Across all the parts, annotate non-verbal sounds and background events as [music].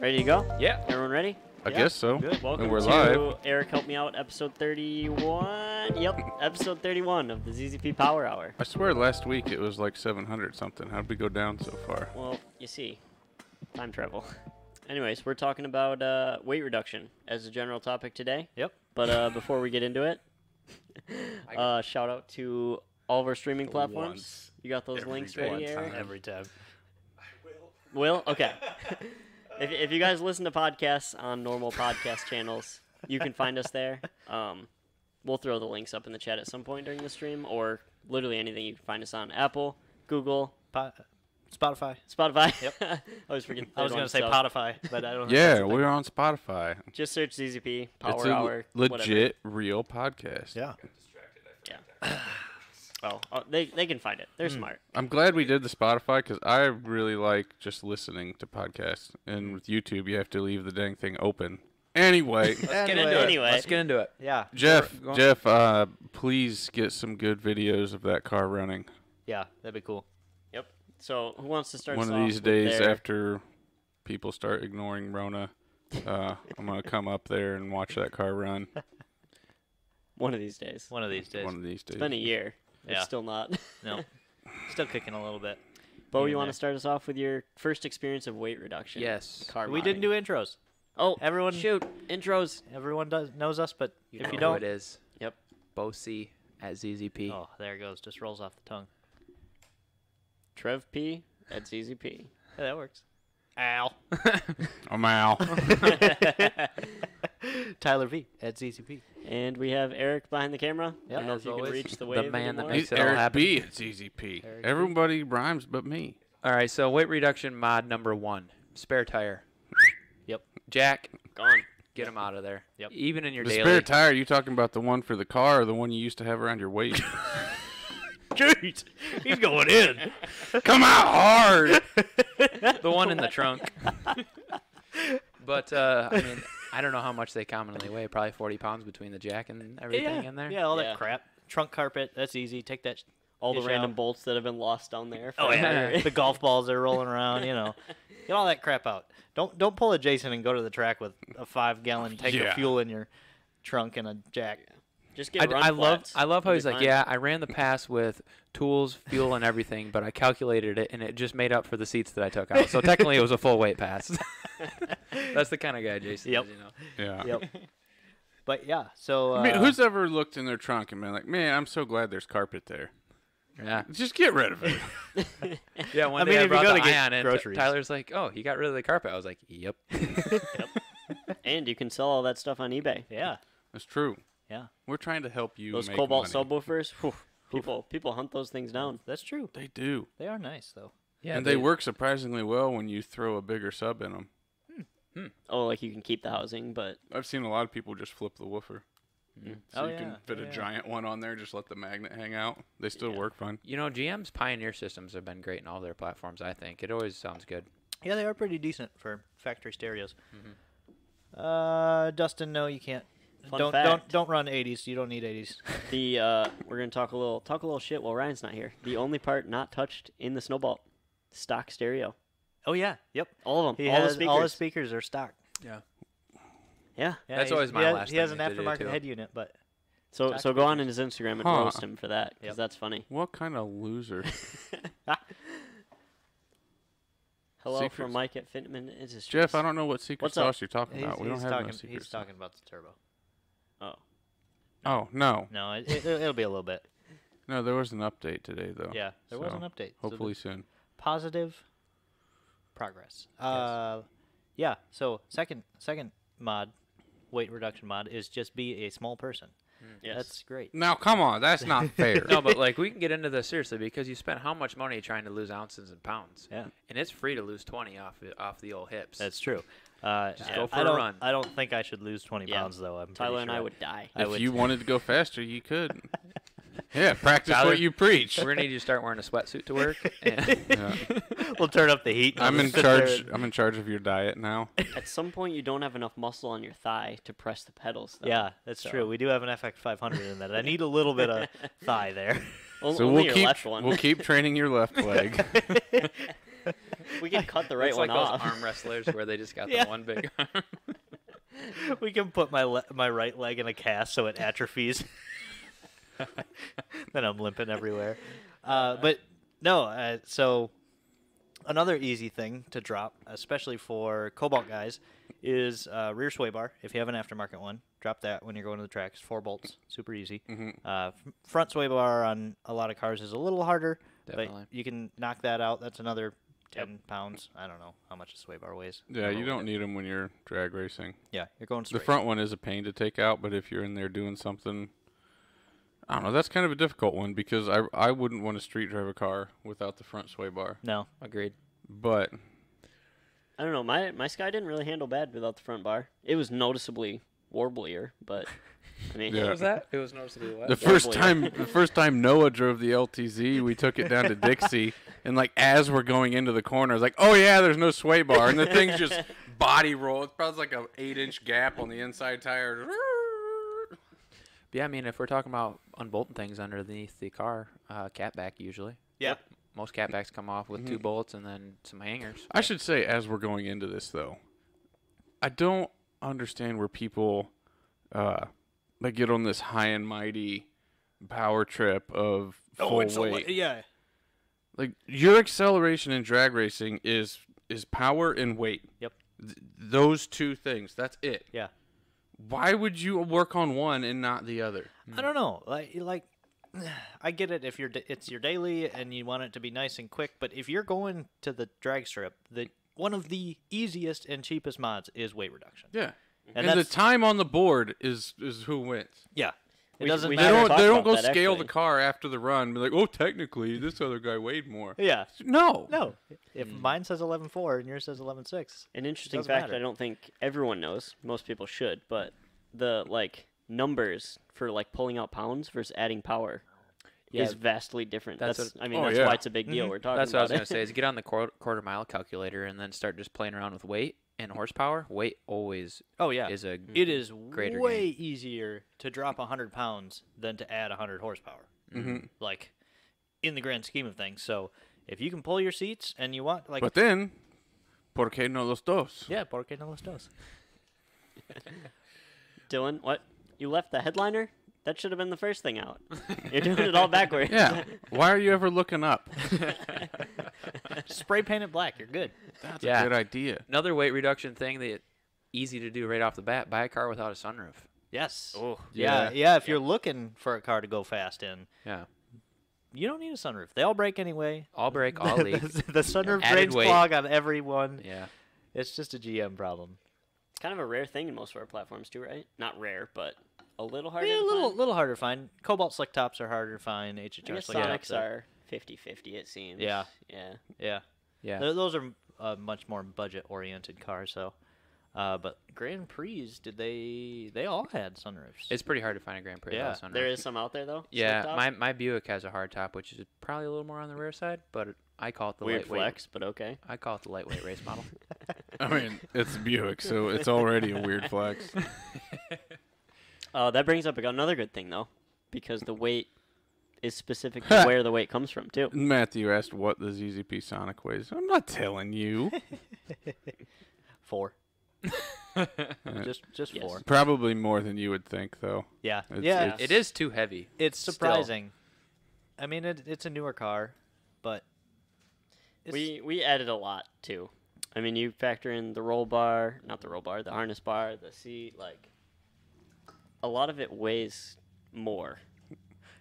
ready to go? Yeah. Everyone ready? I Yeah. guess so. Good. Welcome we're to live. Eric Help Me Out, episode 31. Yep, episode 31 of the ZZP Power Hour. I swear last week it was like 700 something. How'd we go down so far? Well, you see, time travel. [laughs] Anyways, we're talking about uh, weight reduction as a general topic today. Yep. But uh, before we get [laughs] into it, uh, shout out to all of our streaming platforms. Once. You got those Every links day. ready, One Eric? time. Every time. Will? Okay. [laughs] if, if you guys listen to podcasts on normal podcast channels, you can find us there. Um, we'll throw the links up in the chat at some point during the stream or literally anything you can find us on Apple, Google, Po- Spotify. Spotify. Yep. [laughs] I always forget. I was going to say Podify, but I don't. think that's Yeah, a thing. we're on Spotify. Just search ZZP, Power it's a le- Hour. Whatever. legit real [laughs] podcast. Yeah. [sighs] Oh, oh, they, they can find it. They're Hmm. smart. I'm glad we did the Spotify because I really like just listening to podcasts. And with YouTube, you have to leave the dang thing open. Anyway, Let's get into it. Anyway. Let's get into it. Yeah. [laughs] Jeff, Sure, go on. Jeff, uh, please get some good videos of that car running. Yeah, that'd be cool. Yep. So who wants to start? One us of off these with days, their- after people start ignoring Rona, uh, I'm gonna come up there and watch that car run. One of these days. One of these days. One of these days. It's been a year. Yeah. It's still not. [laughs] No. [laughs] Still kicking a little bit. Bo, Here you and want there. to start us off with your first experience of weight reduction? Yes. Car we didn't modding. do intros. Oh, Everyone- shoot intros. Everyone does knows us, but if know you who don't, it is Yep. Bosi at ZZP. oh, there it goes. Just rolls off the tongue. Trev P. That's ZZP. Yeah, that [laughs] works. [laughs] Ow. [laughs] I'm out. Tyler V at ZCP. And we have Eric behind the camera. I Yep. don't know As if you always, can reach the the wave man that anymore. makes He's it all Eric happen. B. It's Easy P. Eric B. Everybody rhymes but me. All right, so weight reduction mod number one: spare tire. Yep. Jack, Gone. get him out of there. Yep. Even in your The daily. spare tire. you talking about the one for the car or the one you used to have around your waist? [laughs] Jeez, he's going in. [laughs] Come out hard. the one in the [laughs] trunk. but uh, I mean, I don't know how much they commonly weigh. Probably 40 pounds between the jack and everything yeah. in there. Yeah, all Yeah. that crap. Trunk carpet. That's easy. Take that. sh- All the Fish random out. bolts that have been lost down there. Oh forever. yeah, the golf balls that are rolling around. You [laughs] know, get all that crap out. Don't don't pull a Jason and go to the track with a five gallon tank Yeah. of fuel in your trunk and a [laughs] jack. Just I, get d- run I love flats. I love how You'll he's be like, fine. yeah, I ran the pass with tools, fuel, and everything, but I calculated it, and it just made up for the seats that I took out. So technically, it was a full weight pass. [laughs] That's the kind of guy Jason. is, Yep. you know. Yeah. [laughs] Yep. but yeah, so uh, I mean, who's ever looked in their trunk and been like, "Man, I'm so glad there's carpet there. Yeah. Just get [laughs] rid of it." Yeah. One I day mean, I if you brought go the to get ion in. groceries. Tyler's like, "Oh, you got rid of the carpet." I was like, "Yep." [laughs] [laughs] And you can sell all that stuff on eBay. yeah, That's true. yeah, We're trying to help you. Those make cobalt money. subwoofers. [laughs] whew, people people hunt those things down. that's true. They do. They are nice though. Yeah. and they, work surprisingly well when you throw a bigger sub in them. Oh, like you can keep the housing, but I've seen a lot of people just flip the woofer. So Oh, you can yeah, fit yeah. a giant one on there, just let the magnet hang out. They still work fine. You know, GM's pioneer systems have been great in all their platforms. I think it always sounds [laughs] good. Yeah, they are pretty decent for factory stereos. Uh, Dustin, no, you can't. Fun don't fact. don't don't run 80s. You don't need 80s. the uh, we're gonna talk a little talk a little shit while Ryan's not here. The only part not touched in the snowball, stock stereo. oh yeah, yep. All of them. He all has the all his speakers. speakers are stock. Yeah. yeah. Yeah, That's he's- always my he has, last He has an thing to do, aftermarket too. head unit, but So Stock so go on in his Instagram and Huh. roast him for that because Yep. that's funny. What kind of loser? [laughs] Hello Secrets. from Mike at Fitman Industries. Jeff, I don't know what secret What's up? sauce you're talking he's, about. We he's don't have talking. no secret he's sauce. talking about the turbo. Oh, Oh, no. No, it, it, it'll be a little [laughs] bit. No, there was an update today, though. Yeah, there was So, an update. So the Hopefully soon. positive progress. Uh, yeah. So second second mod, weight reduction mod is just be a small person. yes. That's great. Now, come on. That's [laughs] not fair. no, but like we can get into this seriously because you spent how much money trying to lose ounces and pounds? Yeah. And it's free to lose 20 off off the old hips. That's true. Uh, Just I- go for I a don't, run. I don't think I should lose 20 Yeah. pounds though. I'm pretty Tyler and sure I [laughs] would die. I if would- you wanted to go faster, you could. yeah, practice Tyler- what [laughs] you preach. We're gonna need you to start wearing a sweatsuit to work. and- Yeah. [laughs] we'll turn up the heat. and I'm just [laughs] in sit there charge. and- I'm in charge of your [laughs] diet now. [laughs] At some point, you don't have enough muscle on your thigh to press the pedals. Though. Yeah, that's So- true. We do have an FX 500 in that. I need a little bit [laughs] of thigh there. O- So only we'll your [laughs] keep left one. [laughs] [laughs] we'll keep training your left leg. We can cut the right it's one like off. those arm wrestlers where they just got Yeah. the one big arm. [laughs] we can put my le- my right leg in a cast so it atrophies. [laughs] then I'm limping everywhere. Uh, but no, uh, so another easy thing to drop, especially for Cobalt guys, is uh, rear sway bar. If you have an aftermarket one, drop that when you're going to the tracks. Four bolts, super easy. Uh, f- front sway bar on a lot of cars is a little harder, Definitely. but you can knock that out. That's another. 10 pounds. I don't know how much a sway bar weighs. Yeah, you don't need them when you're drag racing. Yeah, you're going The straight. front one is a pain to take out, but if you're in there doing something, I don't know. That's kind of a difficult one because I I wouldn't want to street drive a car without the front sway bar. No, Agreed. But I don't know. My my Sky didn't really handle bad without the front bar. It was noticeably warblier, but I mean, Yeah. What was that? It was noticeably the what? first time Definitely. the first time Noah drove the LTZ, we took it down to Dixie, and like as we're going into the corner, it's like, oh yeah, there's no sway bar, and the thing's just body roll. It's probably like a eight inch gap on the inside tire. Yeah, I mean, if we're talking about unbolting things underneath the car, uh, catback usually. Yeah. Most catbacks come off with two bolts and then some hangers. I should say, as we're going into this, though, I don't understand where people uh, they get on this high and mighty power trip of Oh, full weight. yeah. Like your acceleration in drag racing is is power and weight. Yep. Th- those two things. That's it. Yeah. Why would you work on one and not the other? I don't know. Like, like, [sighs] I get it if you're da- it's your daily and you want it to be nice and quick. But if you're going to the drag strip, the one of the easiest and cheapest mods is weight reduction. Yeah. And And, the that's- time on the board is is who wins. Yeah, it We- doesn't we They matter. never don't talked they don't about go that, scale actually. the car after the run. Be like, oh, technically this other guy weighed more. yeah, No. no. If mine says eleven four and yours says eleven six, An interesting Doesn't fact matter. I don't think everyone knows. Most people should, but the like numbers for like pulling out pounds versus adding power Yeah. is vastly different. That's, That's I mean Oh, that's yeah. why it's a big deal. We're talking That's what I about was it. going to say is get on the quarter, quarter mile calculator and then start just playing around with weight and horsepower. Weight always oh yeah, is a it is Greater way easier to drop hundred pounds than to add hundred horsepower. Mhm. Like, in the grand scheme of things. So if you can pull your seats and you want, like, But then, ¿por qué no los dos? yeah, por qué no los dos? [laughs] Dylan, what you left the headliner? That should have been the first thing out. You're doing it all backwards. Yeah. Why are you ever looking up? Spray paint it black. You're good. That's Yeah. a good idea. another weight reduction thing that easy to do right off the bat. Buy a car without a sunroof. Yes. Oh, yeah, yeah. yeah. if you're looking for a car to go fast in, Yeah. you don't need a sunroof. They all break anyway. All brake, [laughs] all the, leak. the sunroof Added drains weight. clog on everyone. yeah. It's just a GM problem. It's kind of a rare thing in most of our platforms too, right? Not rare, but a little harder. Yeah, a to little, find. little harder to find. Cobalt slick tops are harder to find. I HHR guess slick tops. Sonics are 50-50, It seems. Yeah. Yeah. Yeah. Yeah. Th- Those are uh, much more budget oriented cars, though. Uh, but Grand Prix, did they? They all had sunroofs. It's pretty hard to find a Grand Prix without a Yeah, sunroof. There is some out there though. Yeah, slipped off. my, my Buick has a hard top, which is probably a little more on the rare side, but I call it the weird lightweight. flex, but okay. I call it the lightweight [laughs] race model. I mean, it's Buick, so it's already a weird flex. Uh, that brings up another good thing though, because the weight is specific [laughs] to where the weight comes from too. Matthew asked what the ZZP Sonic weighs. I'm not telling you. [laughs] four. just just Yes. four. Probably more than you would think, though. Yeah. It's- yeah. it's- it is too heavy. It's Still. surprising. I mean, it, it's a newer car, but it's, We we added a lot too. I mean, you factor in the roll bar, not the roll bar, the harness bar, the seat. Like, a lot of it weighs more.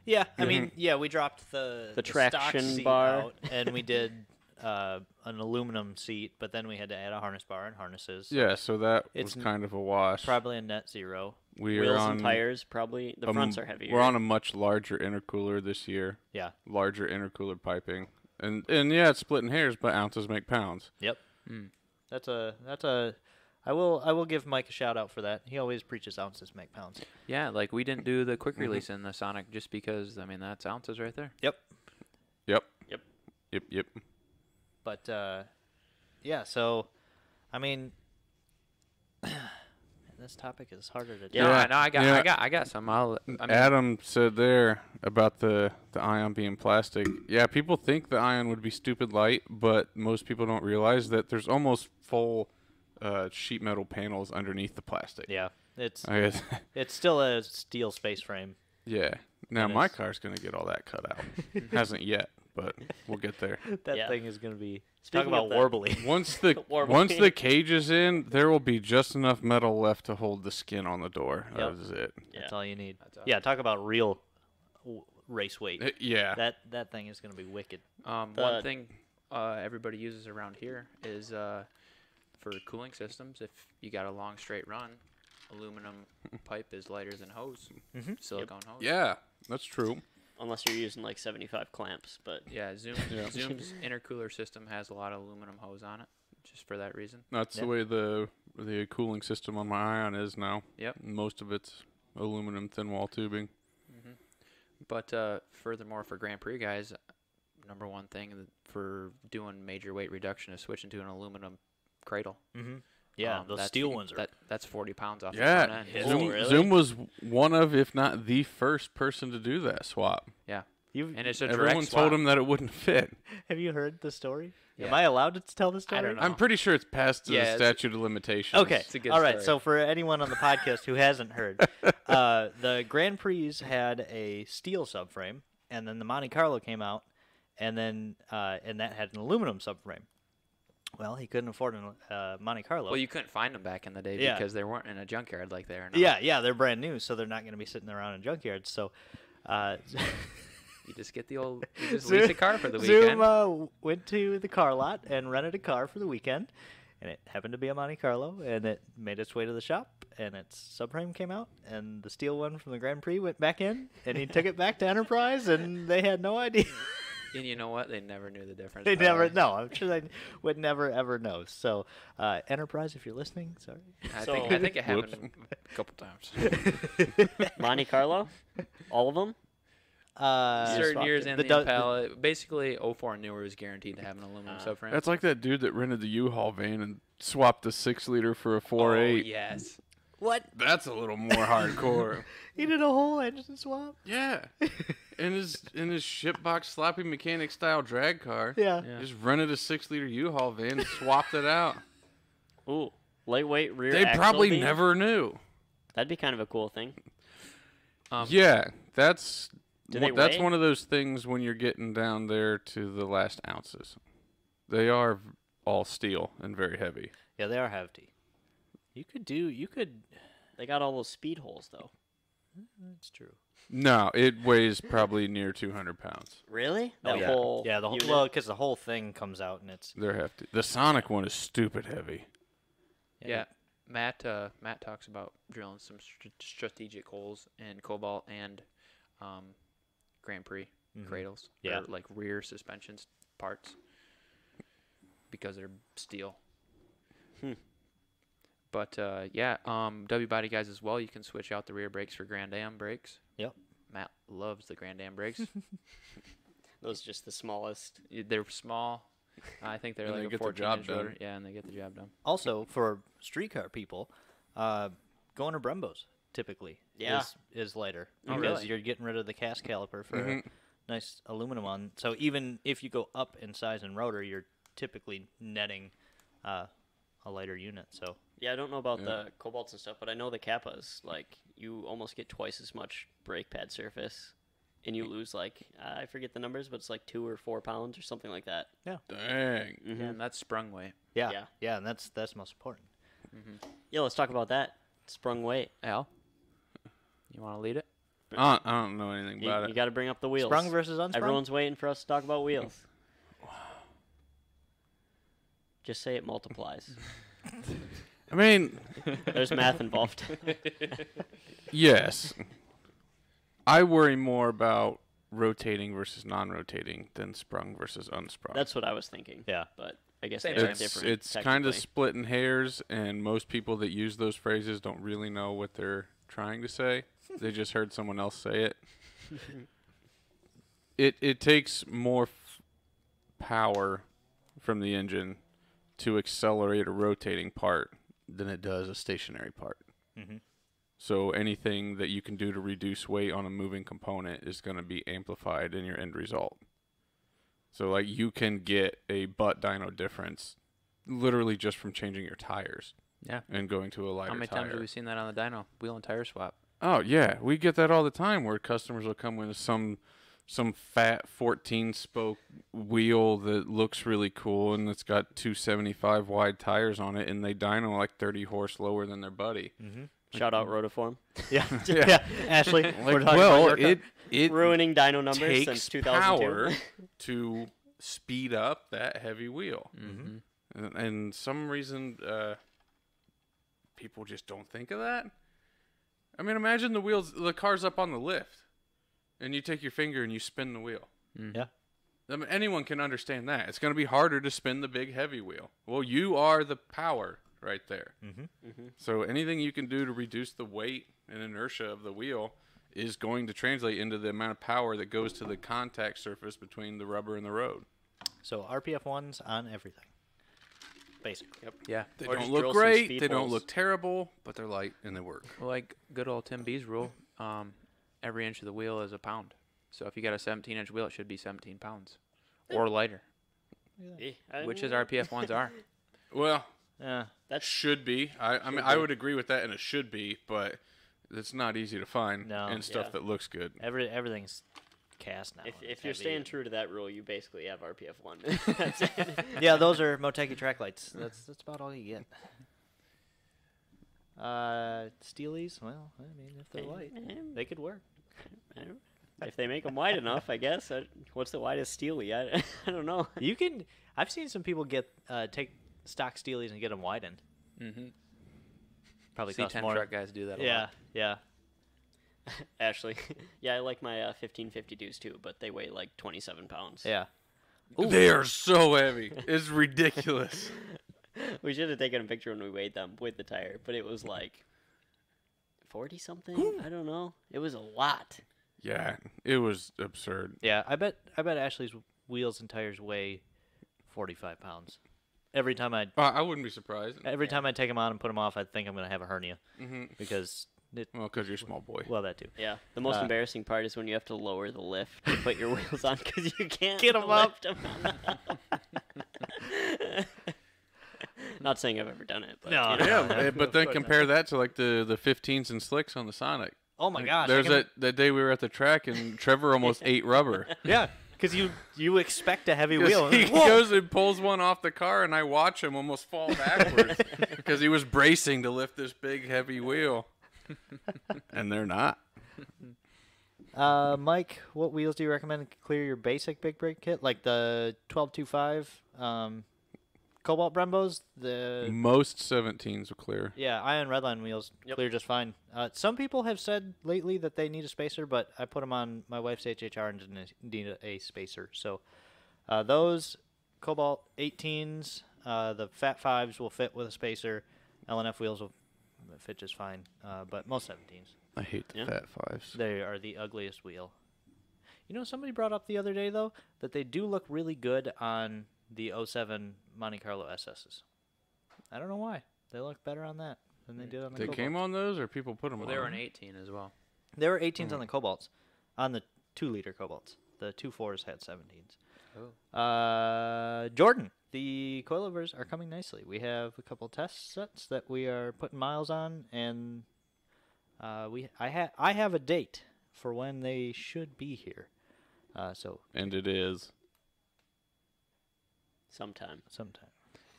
yeah, I mean, yeah, we dropped the The stock traction seat bar. out, and we did [laughs] uh, an aluminum seat, but then we had to add a harness bar and harnesses. Yeah, so that It's was n- kind of a wash. Probably a net zero. we are Wheels on and tires probably. The a fronts m- are heavier. We're on a much larger intercooler this year. Yeah. Larger intercooler piping, and and yeah, it's splitting hairs, but ounces make pounds. Yep. That's a that's a. I will I will give Mike a shout out for that. He always preaches ounces make pounds. Yeah, like we didn't do the quick Mm-hmm. release in the Sonic just because, I mean, that's ounces right there. Yep. Yep. Yep. Yep. Yep. But uh, yeah, so I mean, [clears throat] this topic is harder to Yeah. do. No, no, I got, yeah. I got, I got some. I'll, I mean, Adam said there about the the ion being plastic. Yeah, people think the ion would be stupid light, but most people don't realize that there's almost full uh, sheet metal panels underneath the plastic. Yeah, it's I guess. [laughs] it's still a steel space frame. yeah. Now That my is- car's gonna get all that cut out. Hasn't yet, but we'll get there. [laughs] That Yeah. thing is gonna be Speaking talk about of that- warbly. Once the Or [laughs] once maybe- the cage is in, there will be just enough metal left to hold the skin on the door. Yep. That is it. [laughs] That's Yeah. all you need. all. Yeah, talk about real w- race weight. Uh, yeah. That that thing is gonna be wicked. um, the- one thing uh, everybody uses around here is uh, for cooling systems. If you got a long straight run, [laughs] aluminum pipe is lighter than hose, Mm-hmm. silicone hose. yeah. That's true. Unless you're using like 75 clamps, [laughs] but [laughs] Yeah, Zoom Zoom's intercooler system has a lot of aluminum hose on it, just for that reason. That's Yeah. the way the the cooling system on my Ion is now. Yep. Most of it's aluminum thin wall tubing. Mm-hmm. But uh, furthermore, for Grand Prix guys, number one thing th- for doing major weight reduction is switching to an aluminum cradle. Mm-hmm. Yeah, Um, those that's- steel ones are. That, that's 40 pounds off the Yeah. front Is end. it Zoom, really? Zoom was one of, if not the first person to do that swap. You've, And it's a direct Everyone swap. told him that it wouldn't fit. have you heard the story? Am Yeah. I allowed to tell the story? I don't know. I'm pretty sure it's past the Yeah, it's- statute of limitations. Oh. Okay. It's a good All right. story. So for anyone on the podcast who hasn't [laughs] heard, uh, the Grand Prix had a steel subframe, and then the Monte Carlo came out, and then uh, and that had an aluminum subframe. Well, he couldn't afford a uh, Monte Carlo. Well, you couldn't find them back in the day Yeah. because they weren't in a junkyard like they are now. yeah, yeah, they're brand new, so they're not going to be sitting around in junkyards. So. Uh, [laughs] You just get the old, you just lease a car for the Zoom, weekend. uh, w- went to the car lot and rented a car for the weekend, and it happened to be a Monte Carlo, and it made its way to the shop, and its subframe came out, and the steel one from the Grand Prix went back in, and he took it back to Enterprise, and they had no [laughs] idea. and you know what? They never knew the difference. they never, probably. no, I'm sure they would never ever know. So, uh, Enterprise, if you're listening, sorry. I, So- think, I [laughs] think it happened a couple times. Monte Carlo, all of them. Uh, Certain years in the, do- Impala, basically 04 and newer was guaranteed to have an aluminum subframe. That's like that dude that rented the U-Haul van and swapped a six liter for a oh, four eight. yes. What? That's a little more hardcore. He did a whole engine swap? Yeah. in his in his shitbox sloppy mechanic style drag car. Yeah. Yeah. Just rented a six liter U Haul van, and swapped it out. Ooh, lightweight rear. They axle probably beam? never knew. That'd be kind of a cool thing. Um, Yeah, that's Do one- they that's weigh? one of those things when you're getting down there to the last ounces. They are v- all steel and very heavy. Yeah, they are hefty. You could do, you could, They got all those speed holes though. that's true. No, it weighs probably near 200 pounds. Really? That Oh, yeah. whole Yeah, the whole unit? well, because the whole thing comes out and it's They're hefty. The Sonic one is stupid heavy. Yeah, Matt. Uh, Matt talks about drilling some str- strategic holes in Cobalt and um, Grand Prix Mm-hmm. cradles. Yeah. or, like rear suspensions parts because they're steel. Hmm. But uh, yeah, um, W body guys as well. You can switch out the rear brakes for Grand Am brakes. Yep. Matt loves the Grand Am brakes. those just the smallest. Y- they're small. I think [laughs] they're And like they a get the 14 job inch done. rotor. Yeah, and they get the job done. also for streetcar people, uh, going to Brembos typically Yeah. is, is lighter Oh, because really? you're getting rid of the cast caliper for a nice aluminum one. So even if you go up in size and rotor, you're typically netting uh, a lighter unit. So Yeah, I don't know about Yeah. the cobalts and stuff, but I know the kappas. Like you almost get twice as much brake pad surface, and Mm. you lose like uh, I forget the numbers, but it's like two or four pounds or something like that. Dang. Mm-hmm. Yeah, and that's sprung weight. yeah, yeah, Yeah. and that's that's most important. Yeah, let's talk about that sprung weight. Al, you want to lead it? I don't, I don't know anything You, about it. got to bring up the wheels. Sprung versus unsprung. [laughs] Everyone's waiting for us to talk about wheels. [laughs] Just say it multiplies. I mean, There's math [laughs] involved. Yes. [laughs] I worry more about rotating versus non-rotating than sprung versus unsprung. That's what I was thinking. yeah, But I guess Same they're thing. it's different. it's kind of technically. splitting hairs, and most people that use those phrases don't really know what they're trying to say. [laughs] they just heard someone else say it. it it takes more f- power from the engine to accelerate a rotating part than it does a stationary part. Mm-hmm. So anything that you can do to reduce weight on a moving component is going to be amplified in your end result. So like you can get a butt dyno difference literally just from changing your tires Yeah. and going to a lighter How many tire. times have we seen that on the dyno? Wheel and tire swap. Oh yeah, we get that all the time where customers will come with some some fat 14 spoke wheel that looks really cool and it's got 275 wide tires on it and they dyno like 30 horse lower than their buddy. Shout out Rotiform. [laughs] Yeah, yeah. Yeah. [laughs] Ashley, we're Like, talking well, about your it it Ruining dyno numbers takes since 2002. power to speed up that heavy wheel. Mm-hmm. And, and some reason uh, people just don't think of that. I mean, imagine the wheels, the car's up on the lift, and you take your finger and you spin the wheel. Yeah. I mean, anyone can understand that. It's going to be harder to spin the big heavy wheel. Well, you are the power right there. Mm-hmm. So anything you can do to reduce the weight and inertia of the wheel is going to translate into the amount of power that goes to the contact surface between the rubber and the road. So RPF ones on everything, basically. Yeah. They Or just don't drill look some great. speed They don't holes. look terrible, but they're light and they work. Well, like good old Tim B's rule, um, every inch of the wheel is a pound. So if you got a 17 inch wheel, it should be 17 pounds or lighter, Eh, [laughs] I- which is RPF ones are. Well, Yeah. should be. I, I mean, I would agree with that, and it should be, but it's not easy to find No. and stuff Yeah. that looks good. Every everything's cast now. If, and if you're heavy. staying true to that rule, you basically have RPF one. That's it. yeah, those are Moteki [laughs] track lights. That's that's about all you get. Uh, Steelies. Well, I mean, if they're light, they could work. if they make them wide enough, I guess. I, what's the widest steely? I, [laughs] I don't know. You can. I've seen some people get uh, take stock Steelies and get them widened. Mm-hmm. Probably cost C10 more. truck guys do that a yeah, lot. yeah. Ashley, [laughs] yeah, I like my uh, 1552s too, but they weigh like 27 pounds. Yeah. They are so [laughs] heavy. It's ridiculous. [laughs] We should have taken a picture when we weighed them with the tire, but it was like 40 something. I don't know. It was a lot. yeah, it was absurd. Yeah, I bet I bet Ashley's wheels and tires weigh 45 pounds. Every time I I I wouldn't be surprised. every time I take them out and put them off, I think I'm gonna have a hernia Mm-hmm. because it, Well, because you're a small boy. well that too. Yeah. The most Uh, embarrassing part is when you have to lower the lift to put your wheels on because you can't Get 'em up. lift 'em up. [laughs] Not saying I've ever done it, but No, you know. no. [laughs] yeah, but- but then compare that to like the the 15s and slicks on the Sonic. Oh my gosh! I There's can- that, that day we were at the track and Trevor almost ate rubber. [laughs] Yeah, because you you expect a [laughs] heavy wheel. and He it's like, [laughs] "Whoa!" goes and pulls one off the car, and I watch him almost fall backwards because he was bracing to lift this big heavy wheel, [laughs] and they're not. Uh, Mike, what wheels do you recommend to clear your basic big brake kit, like the 1225 um, Cobalt Brembos? The Most 17s were clear. yeah, Ion Redline wheels Yep. clear just fine. Uh, some people have said lately that they need a spacer, but I put them on my wife's HHR and didn't need a spacer. So uh, those Cobalt 18s, uh, the Fat Fives will fit with a spacer. LNF wheels will fit just fine, uh, but most 17s. I hate the Yeah. Fat Fives. They are the ugliest wheel. You know, somebody brought up the other day though that they do look really good on the 07 Monte Carlo SSs. I don't know why they look better on that than they did on the. They Cobalt. came on those, or people put them Well, on. they were an 18 as well. There were 18s on the Cobalts, on the two liter Cobalts. The two fours had 17s. Uh, Jordan, the coilovers are coming nicely. We have a couple test sets that we are putting miles on, and uh, we I ha- I have a date for when they should be here. Uh, so and it is. Sometime. [laughs] sometime.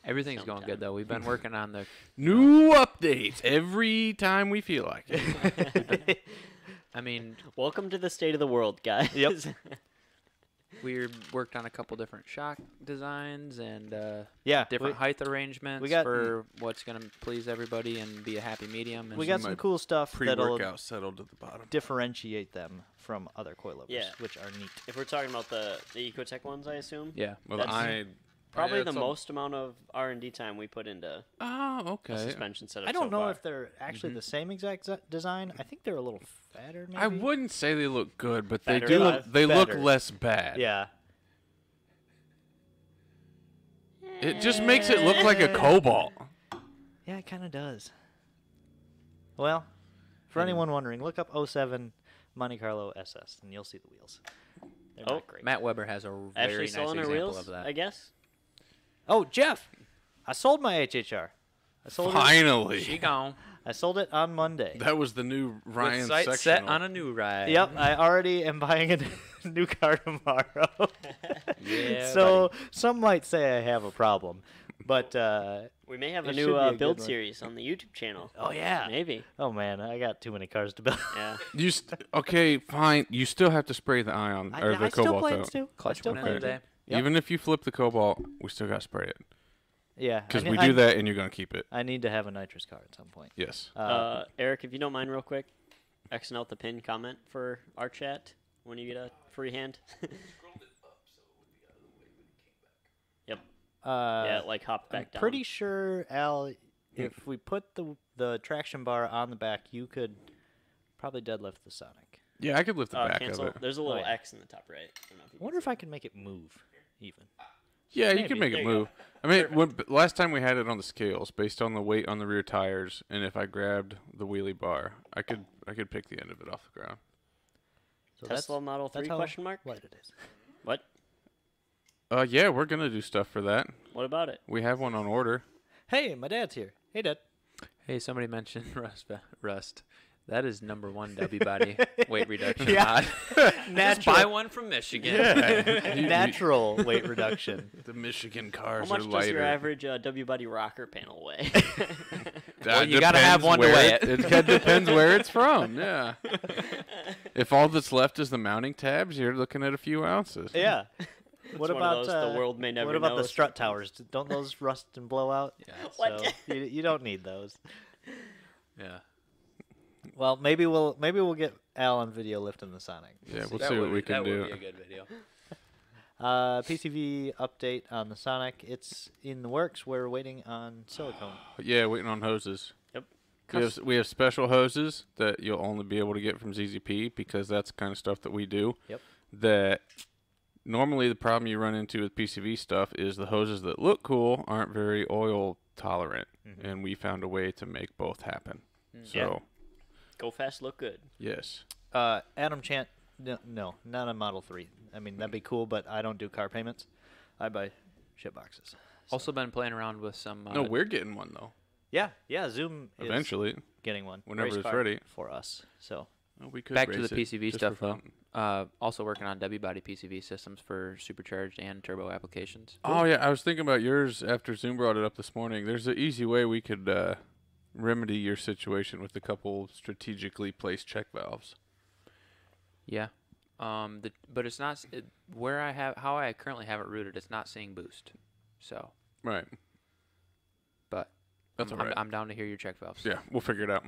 Everything's going Sometime. good though. We've been working on the. New updates every time we feel like it. I mean, Welcome to the state of the world, guys. Yep. we worked on a couple different shock designs and uh, Yeah, different we- height arrangements got- for what's going to please everybody and be a happy medium. And We got my some cool stuff that'll Pre-workout settled at the bottom. differentiate them from other coilovers, Yeah. which are neat. [laughs] if we're talking about the, the Ecotech ones, I assume. yeah. Well, That's I Probably I- the that's a- most amount of R and D time we put into Oh, okay. suspension setup. I don't so know far. if they're actually the same exact z- design. I think they're a little fatter. Maybe. I wouldn't say they look good, but they Better. do. Better. They Better. look less bad. Yeah. It just makes it look like a cobalt. Yeah, it kind of does. Well, for anyone wondering, look up 07 Monte Carlo SS, and you'll see the wheels. They're Oh. not great. Matt Weber has a r- very Ashley nice still on her example wheels, of that. I guess. Oh, Jeff, I sold my HHR. I sold it. She Finally, [laughs] gone. I sold it on Monday. that was the new Ryan With sight sectional. set on a new [laughs] ride. Yep, I already am buying a [laughs] n- new car tomorrow. [laughs] Yeah. so some might say I have a problem, but uh, We may have a It should new be a uh, good build one. series on the YouTube channel. oh yeah, Maybe. oh man, I got too many cars to build. Yeah. You st- okay? Fine. You still have to spray the [laughs] ion I, or the I still cobalt plan out. to. I Clutch still one end plan of the to. day. Yep. Even if you flip the cobalt, we still got to spray it Yeah, I because ne- we I- do that, and you're gonna keep it. I need to have a nitrous car at some point. Yes. Uh, Uh, Eric, if you don't mind, real quick, Xing out the pin comment for our chat when you get a free hand. [laughs] Yep. uh, yeah, it, like hop back down. Pretty sure, Al, if we put the the traction bar on the back, you could probably deadlift the Sonic. Yeah, I could lift the uh, back cancel. of it. There's a little Oh, yeah. X in the top right. I don't know if you I wonder if I can make it move, even. Yeah, you could maybe. There you make it go. move. I mean, when, but last time we had it on the scales, based on the weight on the rear tires, and if I grabbed the wheelie bar, I could I could pick the end of it off the ground. So that's- Tesla Model that's Three how question mark. Light it is. What? Uh, yeah, we're gonna do stuff for that. What about it? We have one on order. Hey, my dad's here. [laughs] Hey, Dad. Hey, somebody mentioned [laughs] rust. uh, rust. That is number one W [laughs] body weight reduction mod. Just [laughs] buy one from Michigan. You- you- Natural weight reduction. the Michigan cars How much are does lighter. your average uh, W Buddy rocker panel weigh? [laughs] [laughs] That you gotta have depends one to where weigh It, it kinda depends where it's from. Yeah. if all that's left is the mounting tabs, you're looking at a few ounces. Yeah. what one of about those the uh, world may never What about know. the strut towers? D- Don't those rust and blow out? Yeah. What? you, you don't need those. [laughs] yeah. Well, maybe we'll maybe we'll get Al on video lifting the Sonic. Yeah, we'll That see would what be- we can that do. would be a good video. Uh, PCV update on the Sonic. It's in the works. We're waiting on silicone. Yeah, waiting on hoses. Yep. We have, we have special hoses that you'll only be able to get from ZZP because that's the kind of stuff that we do. Yep. That normally the problem you run into with PCV stuff is the hoses that look cool aren't very oil tolerant, Mm-hmm. and we found a way to make both happen. Mm. Yeah. So Go fast, look good. yes, Uh, Adam Chant. No, no, not a Model Three. I mean, that'd be cool, but I don't do car payments. I buy shit boxes. Also been playing around with some. Uh, no, we're getting one though. Yeah, yeah. Zoom is Eventually, getting one whenever race it's car. ready, for us. So Oh, we could back to race the it PCV just for stuff though. fun. Uh, also working on W body PCV systems for supercharged and turbo applications. Oh yeah, I was thinking about yours after Zoom brought it up this morning. There's an easy way we could uh, remedy your situation with a couple strategically placed check valves. Yeah. Um. The but it's not s- it, where I have how I currently have it rooted. It's not seeing boost. So, Right. but That's I'm, all right. I'm, I'm down to hear your check valves. yeah, we'll figure it out.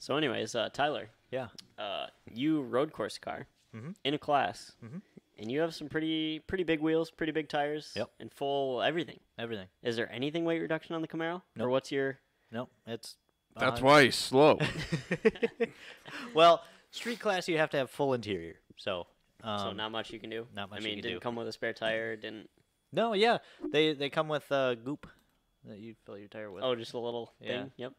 So, anyways, uh, Tyler, yeah, uh, you road course car Mhm. in a class, Mhm. and you have some pretty pretty big wheels, pretty big tires, Yep. and full everything. everything. Is there anything weight reduction on the Camaro, or Nope. what's your? No, it's That's uh, why [laughs] he's slow. well, street class you have to have full interior. So, um, so not much you can do. not much I you mean, can didn't do. come with a spare tire. Didn't. no, yeah, they they come with uh, goop that you fill your tire with. Oh, just a little Yeah. thing. Yep.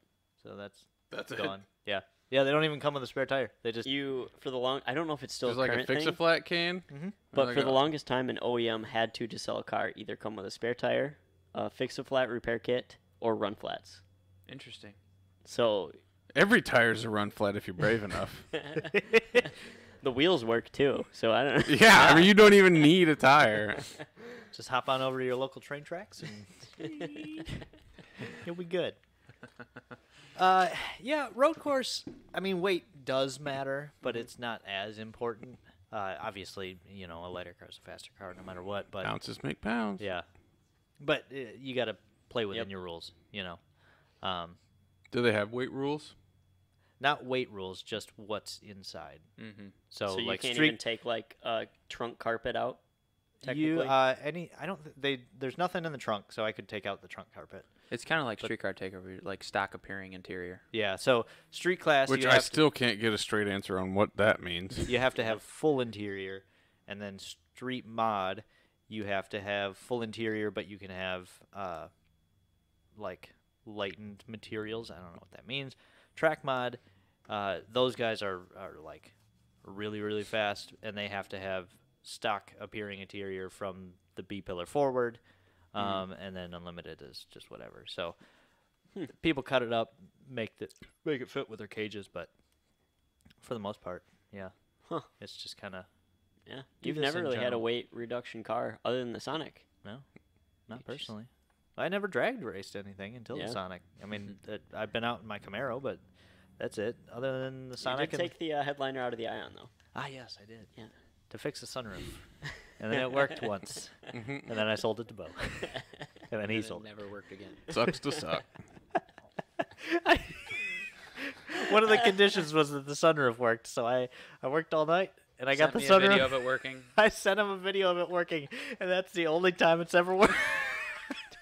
So that's That's gone. [laughs] Yeah, yeah, they don't even come with a spare tire. They just You for the long. I don't know if it's still There's like a current fix a thing, Mm-hmm. flat can. Mhm. but for the long longest time, an OEM had to to sell a car either come with a spare tire, a fix a flat repair kit, or run flats. Interesting. So every tire's a run flat if you're brave enough. [laughs] the wheels work too. So I [laughs] don't. [laughs] yeah, I mean you don't even need a tire. just hop on over to your local train tracks and you'll be good. Uh, yeah, road course. I mean, weight does matter, but it's not as important. Uh, obviously, you know, a lighter car is a faster car, no matter what. But Ounces make pounds. Yeah, but uh, you got to play within Yep. your rules. You know, um, Do they have weight rules? not weight rules, just what's inside. Mm-hmm. So, so you like can't even street take like a trunk carpet out. you Technically, uh, any I don't th- they there's nothing in the trunk, so I could take out the trunk carpet. It's kind of like streetcar takeover, like stock appearing interior. Yeah, so street class Which you I have still can't get a straight answer on what that means. [laughs] to, you have to have full interior, and then street mod you have to have full interior, but you can have uh, like lightened materials. I don't know what that means. Track Mod, uh, those guys are, are like really, really fast, and they have to have stock appearing interior from the B pillar forward, um, and then unlimited is just whatever. So people cut it up, make the make it fit with their cages, but for the most part, yeah, Huh. it's just kind of Yeah. Do You've this never in really had a general. weight reduction car other than the Sonic. No, not It's- personally. I never dragged raced anything until Yeah. the Sonic. I mean, it, I've been out in my Camaro, but that's it. Other than the Sonic, you and, did take the uh, headliner out of the Ion though. [laughs] ah yes, I did Yeah. to fix the sunroof, and then it worked once, Mm-hmm. and then I sold it to Bo, [laughs] and then he And it sold it. never worked again. [laughs] Sucks to suck. One of the conditions was that the sunroof worked, so I I worked all night and I got the Sent me a sunroof. video of it working. [laughs] I sent him a video of it working, and that's the only time it's ever worked.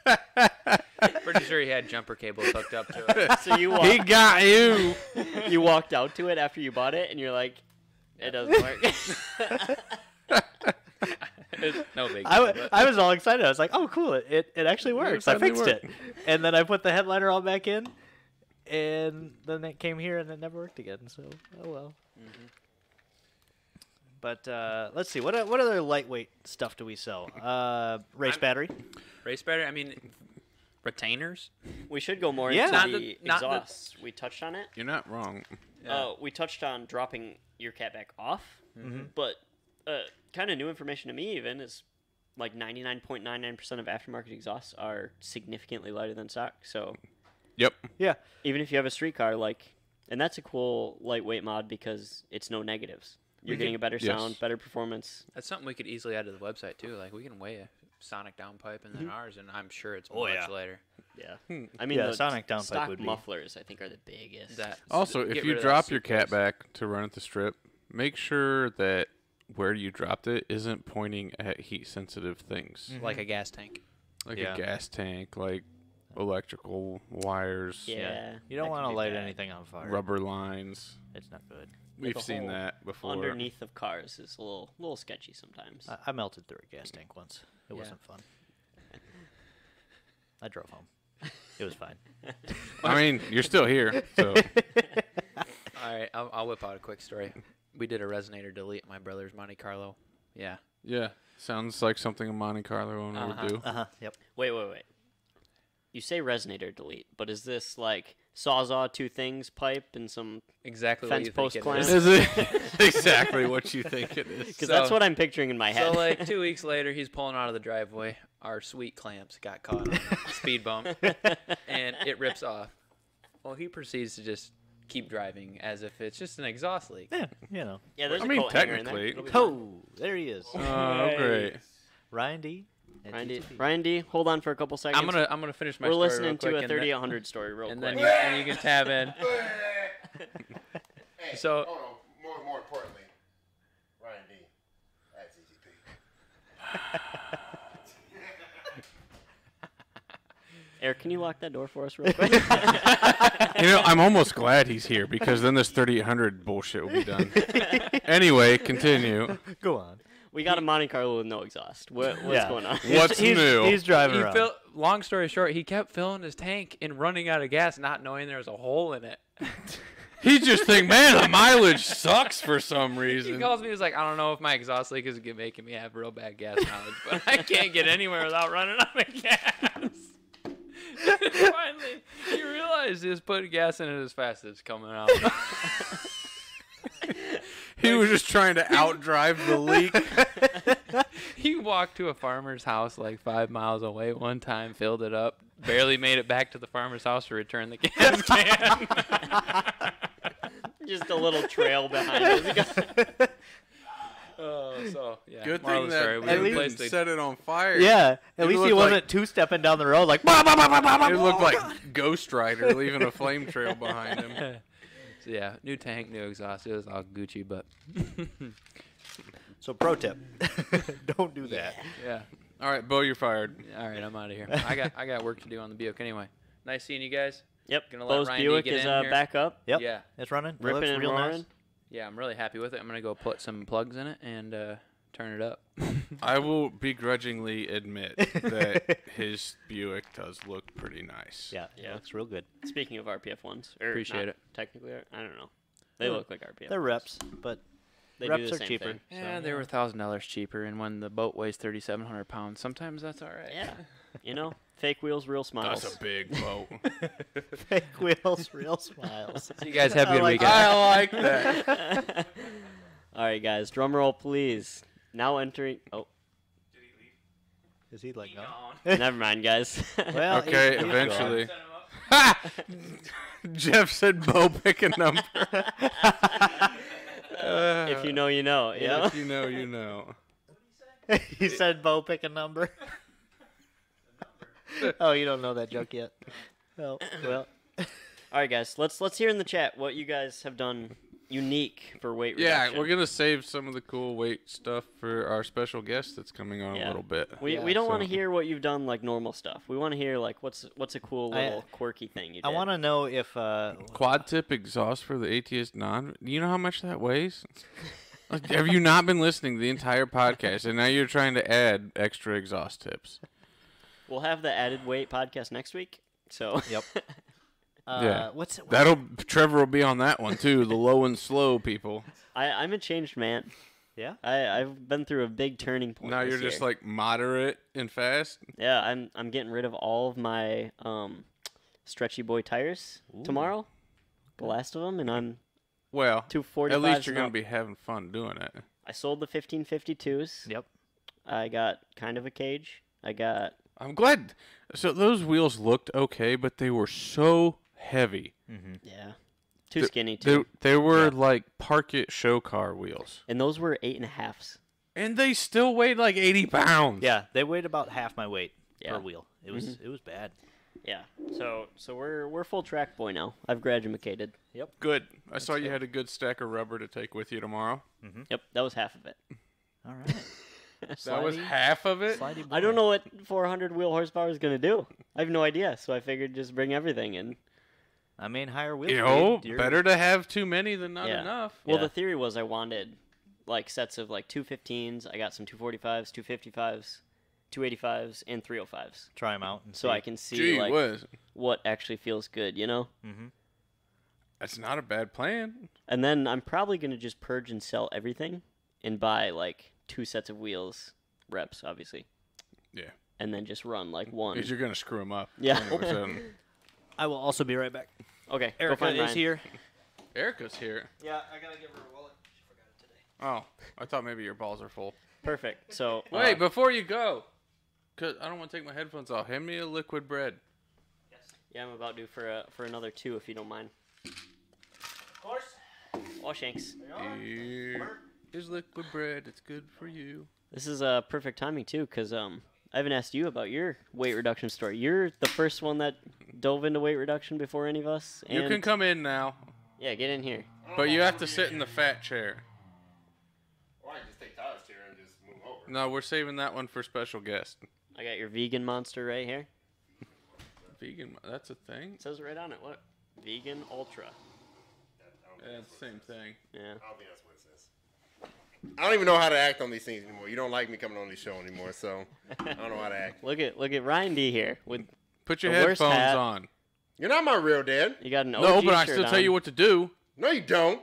[laughs] Pretty sure he had jumper cables hooked up to [laughs] it. So [laughs] you he walked, got you. you walked out to it after you bought it, and you're like, it doesn't work. [laughs] [laughs] [laughs] It's no big deal. I wa- I was all excited. I was like, "Oh, cool! It it, it actually works. I finally fixed worked. it." [laughs] And then I put the headliner all back in, and then it came here, and it never worked again. So oh well. But uh, let's see. What o- what other lightweight stuff do we sell? Uh, race I'm- battery. Race battery. I mean, retainers. we should go more Yeah. into Not the, the- not the- exhausts. We touched on it. You're not wrong. Uh, we touched on dropping your cat back off, Mm-hmm. but uh, kind of new information to me even is like 99.99% of aftermarket exhausts are significantly lighter than stock. So Yep. Yeah. even if you have a street car, like, and that's a cool lightweight mod because it's no negatives. You're getting a better Yes. sound, better performance. That's something we could easily add to the website too. Like we can weigh a Sonic downpipe Mm-hmm. and then ours, and I'm sure it's Oh, much yeah. later. Yeah, I mean Hmm. Yeah, the sonic downpipe stock would be- mufflers I think are the biggest. That [laughs] Also, get if rid you of that drop your suitcase. cat back to run at the strip, make sure that where you dropped it isn't pointing at heat sensitive things Mm-hmm. [laughs] like a gas tank, like Yeah. a gas tank, like electrical wires, yeah. You don't that want to could be light bad. anything on fire. rubber lines. It's not good. We've a seen hole that before. Underneath of cars is a little little sketchy sometimes. I, I melted through a gas tank once. It Yeah. wasn't [laughs] fun. I drove home. It was fine. I mean, you're still [laughs] here, so All right, I'll, I'll whip out a quick story. We did a resonator delete at my brother's Monte Carlo. Yeah. yeah. Sounds like something a Monte Carlo owner Uh-huh. would do. Uh huh. Yep. Wait, wait, wait. You say resonator delete, but is this like sawzall two things pipe and some? Exactly Fence what you post think it clamp. is. [laughs] Is it [laughs] exactly what you think it is? Because that's So- what I'm picturing in my So head. like two [laughs] weeks later, he's pulling out of the driveway. Our sweet clamps got caught on a [laughs] speed bump, and it rips off. Well, he proceeds to just keep driving as if it's just an exhaust leak. Yeah. You know. [laughs] yeah, there's I a mean, coat hanger in there. technically. It'll be fine. Oh, there he is. Oh, great. Ryan D. at Ryan D, TTP. Ryan D, hold on for a couple seconds. I'm gonna I'm gonna finish my. We're story listening real to quick a and then- 30 100 story real and quick. then [laughs] you, and you can tab in. [laughs] Hey, So- hold on. More, more importantly, Ryan D. That's EGP. Eric, can you lock that door for us [laughs] real quick? You know, I'm almost glad he's here because then this 3800 bullshit will [laughs] be done. anyway, continue. Go on. we got a Monte Carlo with no exhaust. What, what's Yeah. going on? [laughs] What's he's, new? He's driving He around. fill, long story short, he kept filling his tank and running out of gas, not knowing there was a hole in it. [laughs] he just think, man, the mileage sucks [laughs] for some He reason. calls me. He's like, I don't know if my exhaust leak is g- making me have real bad gas mileage, but I can't get anywhere without running out of gas. [laughs] Finally, he realized he was putting gas in it as fast as it's coming out. He was just trying to outdrive the leak. he walked to a farmer's house like five miles away one time, filled it up, barely made it back to the farmer's house to return the [laughs] gas can. Just a [laughs] little trail behind us. [laughs] [laughs] oh, so yeah. Good moral thing of the that story, we they didn't replaced the- set it on fire. [laughs] yeah. At He least he looked like- wasn't two stepping down the road like. [laughs] It looked Oh like Ghost Rider leaving a flame trail [laughs] behind him. so, yeah, new tank, new exhaust. It was all Gucci, but So pro tip, [laughs] don't do that. yeah. All right, Bo, you're fired. All right, I'm out of here. I got I got work to do on the Buick anyway. Nice seeing you guys. Yep. Gonna let Bose Ryan D Buick get is in uh, here. back up. Yep. Yeah. It's running. It Ripping looks and real roaring. nice. Yeah, I'm really happy with it. I'm gonna go put some plugs in it and uh, turn it up. I will begrudgingly admit [laughs] that his Buick does look pretty nice. Yeah, Yeah. it looks real good. Speaking of RPF ones, or Appreciate not it. Technically, I don't know. They They're- look like RPF. They're reps, but They do reps the are same cheaper. thing. yeah, they were a thousand dollars cheaper, and when the boat weighs thirty seven hundred pounds, sometimes that's all right. Yeah, you know, [laughs] fake wheels, real smiles. That's [laughs] a big boat. [laughs] fake wheels, [laughs] real smiles. So you guys have a good like weekend. I [laughs] like that. All right, guys, drum roll, please. Now entering. Oh, Is he like gone? never mind, guys. [laughs] Well, he's- Okay, he's gone. eventually. [laughs] Ha! Jeff said, "Bo, pick a number." [laughs] Uh, if you know, you know. You know? If you know, you know. [laughs] he said, "Bo, pick [laughs] a number." oh, you don't know that joke [laughs] yet. Oh, well, All right, guys, let's let's hear in the chat what you guys have done unique for weight Yeah, reduction. we're gonna save some of the cool weight stuff for our special guest that's coming on Yeah. a little bit. We, we don't want to hear what you've done like normal stuff. We want to hear like what's what's a cool I- little quirky thing you did. I want to know if uh, quad tip exhaust for the ATS non. You know how much [laughs] that weighs? Like, have you not been listening to the entire podcast, and now you're trying to add extra exhaust tips? We'll have the added weight podcast next week. So [laughs] Yep. uh Yeah. what's it? That'll Trevor will be on that one too. The low and [laughs] slow people. I, I'm a changed man. Yeah? I, I've been through a big turning point. Now this you're just year. like moderate and fast. yeah. I'm I'm getting rid of all of my um, stretchy boy tires tomorrow. The last of them, and I'm Well, two forty. at least you're gonna be having fun doing it. I sold the 1552s. Yep. I got kind of a cage. I got I'm glad. So those wheels looked okay, but they were so heavy. yeah, too Th- skinny too. They they were like park it show car wheels, and those were eight and a halfs. and they still weighed like 80 pounds. Yeah, they weighed about half my weight Yeah. per wheel. It was it was bad. Yeah. So so we're we're full track boy now. I've graduated. Good. I saw you had a good stack of rubber to take with you tomorrow. Hmm? Yep, that was half of it. All right. [laughs] That was half of it. Slidey I don't know what 400 wheel horsepower is gonna do. I have no idea. So I figured just bring everything in. I mean, higher wheel. You know, speed, you're- better to have too many than not yeah. enough. Well, Yeah. the theory was I wanted like sets of like 215s. I got some 245s, 255s, 285s, and 305s, Try them out and so see. I can see Gee like whiz. what actually feels good, you know. That's not a bad plan. And then I'm probably gonna just purge and sell everything and buy like two sets of wheels, reps obviously, Yeah. and then just run like one. Because you're going to screw them up. Yeah. All of a [laughs] sudden. I will also be right back. Okay, go Erica find is Ryan. here. Erica's here. Yeah, I gotta give her a wallet. She forgot it today. Oh, I thought maybe your balls are full. Perfect. So uh, Wait, before you go, because I don't want to take my headphones off, hand me a liquid bread. Yeah, I'm about due for uh, for another two, if you don't mind. Of course. Oh, Shanks. Here is liquid bread. It's good for you. This is uh, perfect timing too, cause um, I haven't asked you about your weight reduction story. You're the first one that dove into weight reduction before any of us. And You can come in now, Yeah, get in here. but you have to sit in the fat chair. Or I can just take Tyler's chair and just move over. No, we're saving that one for special guest. I got your vegan monster right here. Vegan, that's a thing? It says right on it. What? Vegan Ultra. Yeah, it's the same thing. Yeah. I don't think that's what it says. I don't even know how to act on these things anymore. You don't like me coming on this show anymore, so I don't know how to act. Look at look at Ryan D here with Put your The worst headphones hat. on. You're not my real dad. you got an OG No, but I shirt still tell on. you what to do. No, you don't.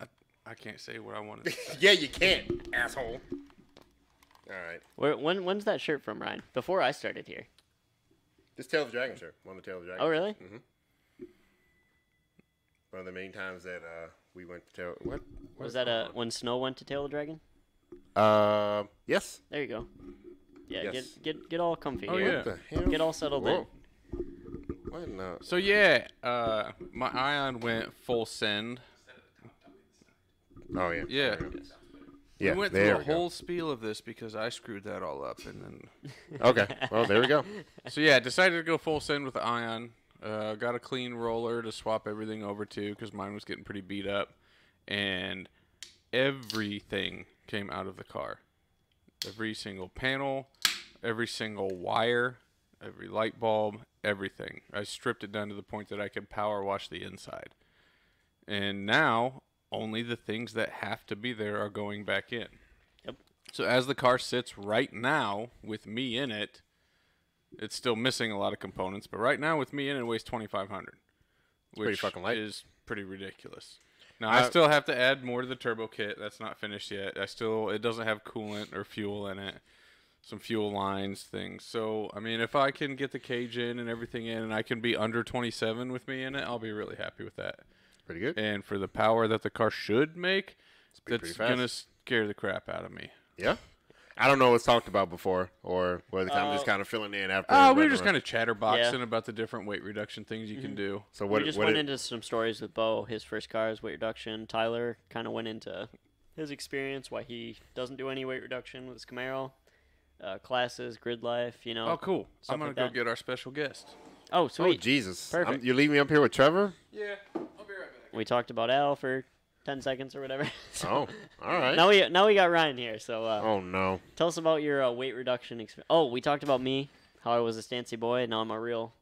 [laughs] I can't say what I want [laughs] to say. yeah, you can't, asshole. All right. Where, when when's that shirt from, Ryan? Before I started here. This Tail of the Dragon shirt. One of the Tail of the Dragon. Oh really? Mm-hmm. One of the many times that uh, we went to Tail. What? Was that a when Snow went to Tail the Dragon? Uh, yes. There you go. Yeah, Yes. get get get all comfy. Oh, here. yeah. What the hell? Get all settled in. Whoa. What in the- So yeah, uh, my ion went full send. Oh yeah. Yeah, Yeah. we went there through a whole spiel of this because I screwed that all up, and then go. Okay. Well, there we go. so yeah, decided to go full send with the ion. Uh, got a clean roller to swap everything over to because mine was getting pretty beat up, and everything came out of the car. Every single panel, every single wire, every light bulb, everything. I stripped it down to the point that I could power wash the inside. And now only the things that have to be there are going back in. Yep. So as the car sits right now with me in it, it's still missing a lot of components. But right now with me in it, it weighs twenty five hundred, which pretty fucking light. is pretty ridiculous. Now I still have to add more to the turbo kit. That's not finished yet. I still it doesn't have coolant or fuel in it. Some fuel lines things. So I mean, if I can get the cage in and everything in, and I can be under twenty seven with me in it, I'll be really happy with that Pretty [laughs] good. and for the power that the car should make, pretty that's fast. gonna scare the crap out of me. Yeah. I don't know what's talked about before, or whether I'm just kind of filling in after. Uh, we were just whatever. kind of chatterboxing about the different weight reduction things you Mm-hmm. can do. So what? we just what went it- into some stories with Bo. His first car is weight reduction. Tyler kind of went into his experience, why he doesn't do any weight reduction with his Camaro, uh, classes, grid life. You know. Oh, cool! Stuff I'm gonna like go that. get our special guest. Oh, oh sweet. Jesus! I'm- Perfect. you leave me up here [laughs] with Trevor? Yeah, I'll be right back. we talked about Al for ten seconds or whatever. [laughs] so Oh, all right. Now we now we got Ryan here. So uh, Oh no. tell us about your uh, weight reduction experience. Oh, we talked about me, how I was a stancy boy, and now I'm a real,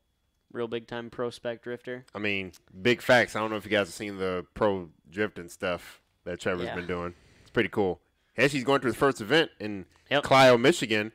real big time prospect drifter. I mean, big facts. I don't know if you guys have seen the pro drifting stuff that Trevor's Yeah. been doing. It's pretty cool. Heshy's going to his first event in Yep. Clio, Michigan,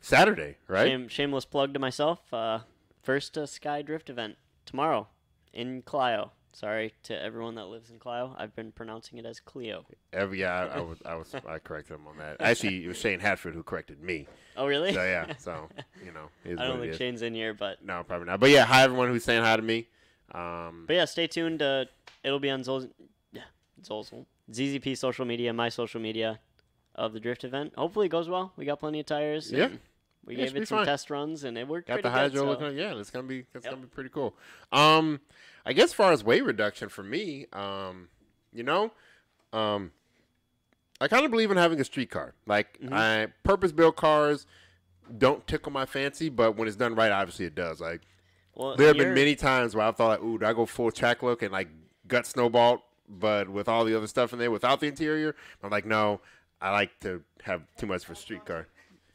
Saturday, right? Shame, shameless plug to myself. Uh, first uh, Sky Drift event tomorrow in Clio. Sorry to everyone that lives in Clio. I've been pronouncing it as Clio. Every yeah, I, I was I was I corrected him on that. Actually, it was Shane Hatfield who corrected me. Oh, really? [laughs] So yeah, so you know, it is I what don't it think is. Shane's in here, but No, probably not. But yeah, hi everyone who's saying hi to me. Um, but yeah, stay tuned. Uh, it'll be on Zol- yeah, Zolzel. ZZP social media, my social media of the drift event. Hopefully it goes well. We got plenty of tires. Yeah. and We Yeah, it gave should it be some fine. test runs and it worked got pretty the hydro good. so- looking. Yeah, it's gonna be it's Yep. gonna be pretty cool. Um, I guess as far as weight reduction for me, um, you know, um, I kind of believe in having a street car. Like Mm-hmm. I purpose built cars don't tickle my fancy, but when it's done right, obviously it does. Like Well, there have been you're- many times where I thought, like, ooh, do I go full track look and like gut snowball, but with all the other stuff in there, without the interior, I'm like, no, I like to have too much for a street car.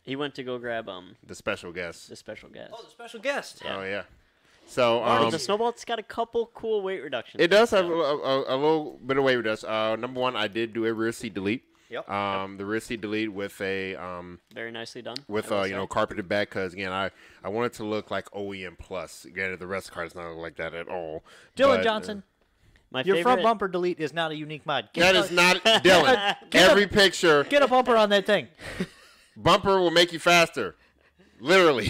He went to go grab um The special guest. the special Um, guest. Oh, the special guest. Yeah. Oh yeah. So But um, the snowball's got a couple cool weight reductions. it does have a, a, a little bit of weight with us. Uh, number one, I did do a rear seat delete. Yep. Um, the rear seat delete with a um, Very nicely done. with I will uh, you say. know carpeted back because again, I I want it to look like OEM plus. Granted, the rest of the car does not look like that at all. Dylan but, uh, Johnson, my your favorite, front bumper delete is not a unique mod. Get, that a, [laughs] is not Dylan. Get a- Every picture get a bumper on that thing. bumper will make you faster. Literally.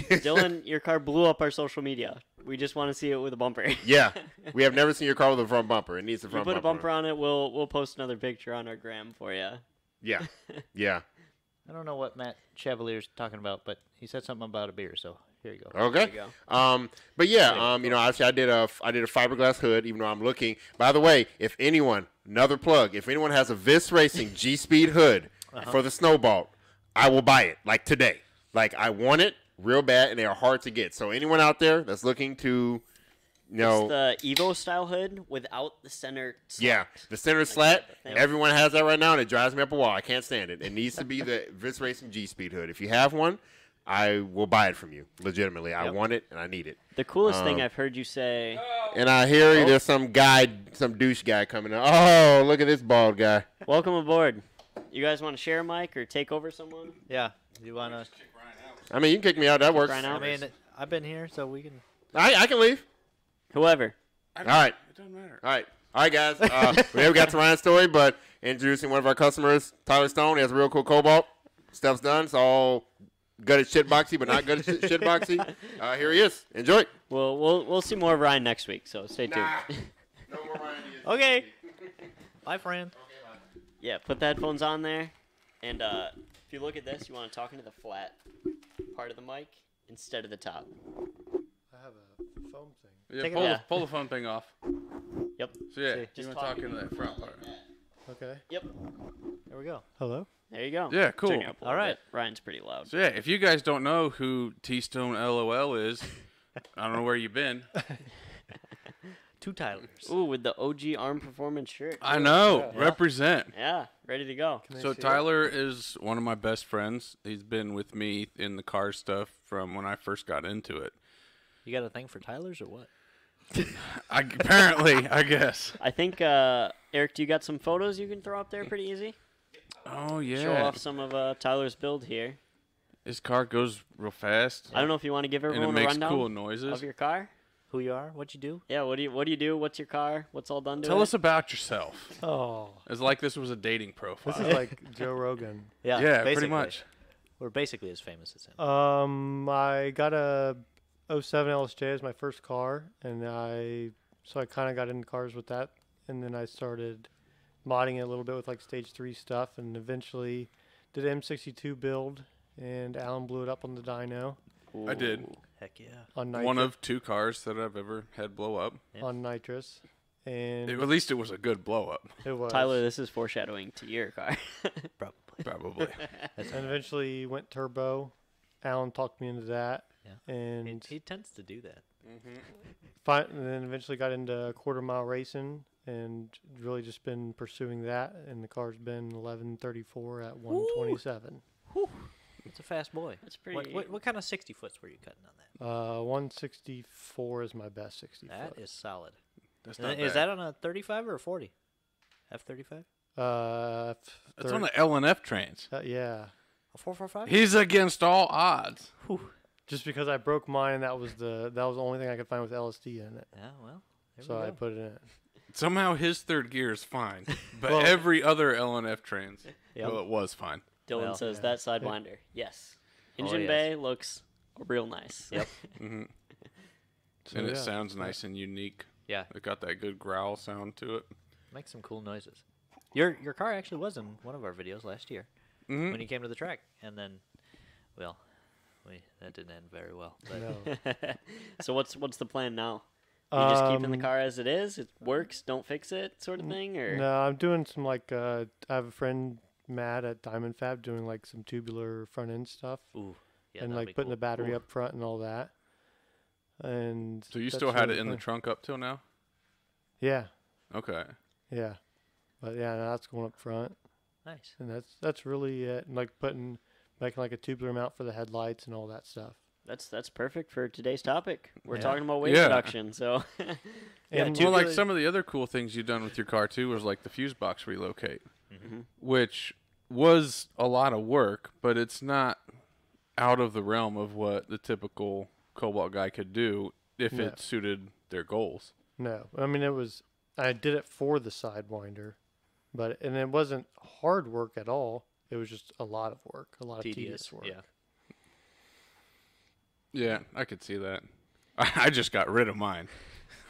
[laughs] [laughs] Dylan, your car blew up our social media. We just want to see it with a bumper. you [laughs] yeah. We have never seen your car with a front bumper. It needs a put front a bumper on it. We'll we'll post another picture on our gram for you. Yeah. Yeah. I don't know what Matt Chevalier's talking about, but he said something about a beer, so here you go. Okay. There you Um, but yeah, um, you know, obviously I did a I did a fiberglass hood, even though I'm looking. By the way, if anyone, another plug, if anyone has a Vis [laughs] Racing G Speed hood Uh-huh. for the Snowball, I will buy it like today. Like I want it real bad, and they are hard to get. So anyone out there that's looking to, you know, It's the Evo style hood without the center. slot. yeah, the center slat. Thank you. Everyone has that right now, and it drives me up a wall. I can't stand it. It needs to [laughs] be the Vis Racing G Speed hood. If you have one, I will buy it from you. Legitimately, I want it and I need it. The coolest thing Um, I've heard you say. And I hear you, there's some guy, some douche guy coming up. Oh, look at this bald guy. Welcome aboard. You guys want to share a mic or take over someone? Yeah. You wanna? I mean, you can kick me out. That works. Ryan I, out? I mean, I've been here, so we can. I can leave. Whoever. All right. It doesn't matter. All right. All right, guys. [laughs] Uh, we never got to Ryan's story, but introducing one of our customers, Tyler Stone. He has a real cool cobalt. Stuff's done. It's all good at shitboxy, but not good at shit- shitboxy. Uh, here he is. Enjoy. it. We'll we'll we'll see more of Ryan next week. So stay tuned. No more Ryan. He is- okay. Bye, friend. Yeah, put the headphones on there. And uh, if you look at this, you want to talk into the flat part of the mic instead of the top. I have a foam thing. Yeah, Take it pull, the, off. pull the phone thing off. Yep. So yeah, Just you want to talk talk into that front part. Okay. Yep. There we go. Hello. There you go. Yeah, cool. Turn it up a All little right. bit. Ryan's pretty loud. So yeah, if you guys don't know who T Stone [laughs] LOL is, I don't know where you've been. Two Tylers. Ooh, with the OG Arm Performance shirt. I know. Represent. Yeah, ready to go. Can I So see it? Tyler is one of my best friends. He's been with me in the car stuff from when I first got into it. You got a thing for Tylers or what? I, apparently, I guess. I think uh, Eric, do you got some photos you can throw up there pretty easy? Oh yeah. show off some of uh, Tyler's build here. His car goes real fast. I don't know if you want to give and it everyone a makes rundown cool noises. of your car. Who you are? What you do? Yeah, what do you what do you do? What's your car? What's all done to Tell it? us about yourself. Oh, It's like this was a dating this profile. [laughs] is like Joe Rogan. Yeah, yeah, pretty basically. much. We're basically as famous as him. Um, I got a 07 LSJ as my first car, and I so I kind of got into cars with that, and then I started modding it a little bit with like stage three stuff, and eventually did an M62 build, and Alan blew it up on the dyno I did Heck yeah. on nitrous, one of two cars that I've ever had blow up. Yeah. on nitrous, and It- at least it was a good blow up, it was Tyler, this is foreshadowing to your car. [laughs] Probably. [laughs] probably. and eventually went turbo. Alan talked me into that, Yeah. and He, he tends to do that. Mm-hmm. fi- and then eventually got into quarter mile racing and really just been pursuing that and the car's been 1134 at 127 It's a fast boy. That's What, pretty- what, what kind of 60 foots were you cutting on that? uh 164 is my best 60 That foot is solid. That's And not is bad. that on a 35 or a 40? F35? uh f- That's thir- on the L and F trains. uh, yeah A 445? He's against all odds. just because i broke mine that was the that was the only thing i could find with lsd in it yeah, well, there so we i go. put it in it Somehow his third gear is fine, but Well- every other L and F trains, Yep. well, it was fine. Dylan Well, says that sidewinder. Oh, Yes. Engine yes. bay looks real nice. Yep. so and it yeah. sounds nice and unique. Yeah. It got that good growl sound to it. Make some cool noises. Your your car actually was in one of our videos last year Mm-hmm. when you came to the track, and then, well, we that didn't end very well. But [laughs] No. [laughs] so what's what's the plan now? You just keeping the Um, car as it is. It works. Don't fix it, sort of thing. Or No, I'm doing some like uh, I have a friend Matt at Diamond Fab doing like some tubular front end stuff ooh, yeah, and that'd like be putting cool. the battery up front and all that. And So you that's still had really it in the fun. trunk up till now? yeah, Okay. yeah, but yeah, no, that's going up front, nice. and that's that's really it. And like putting making like a tubular mount for the headlights and all that stuff. that's that's perfect for today's topic. We're Yeah. talking about weight Yeah. reduction. So Yeah, well, like tubular- some of the other cool things you've done with your car too was like the fuse box relocate, which was a lot of work, but it's not out of the realm of what the typical cobalt guy could do if No. it suited their goals. No, I mean it was. I did it for the sidewinder, but and it wasn't hard work at all. It was just a lot of work, a lot of tedious, Tedious, work. yeah. Yeah, I could see that. I, I just got rid of mine.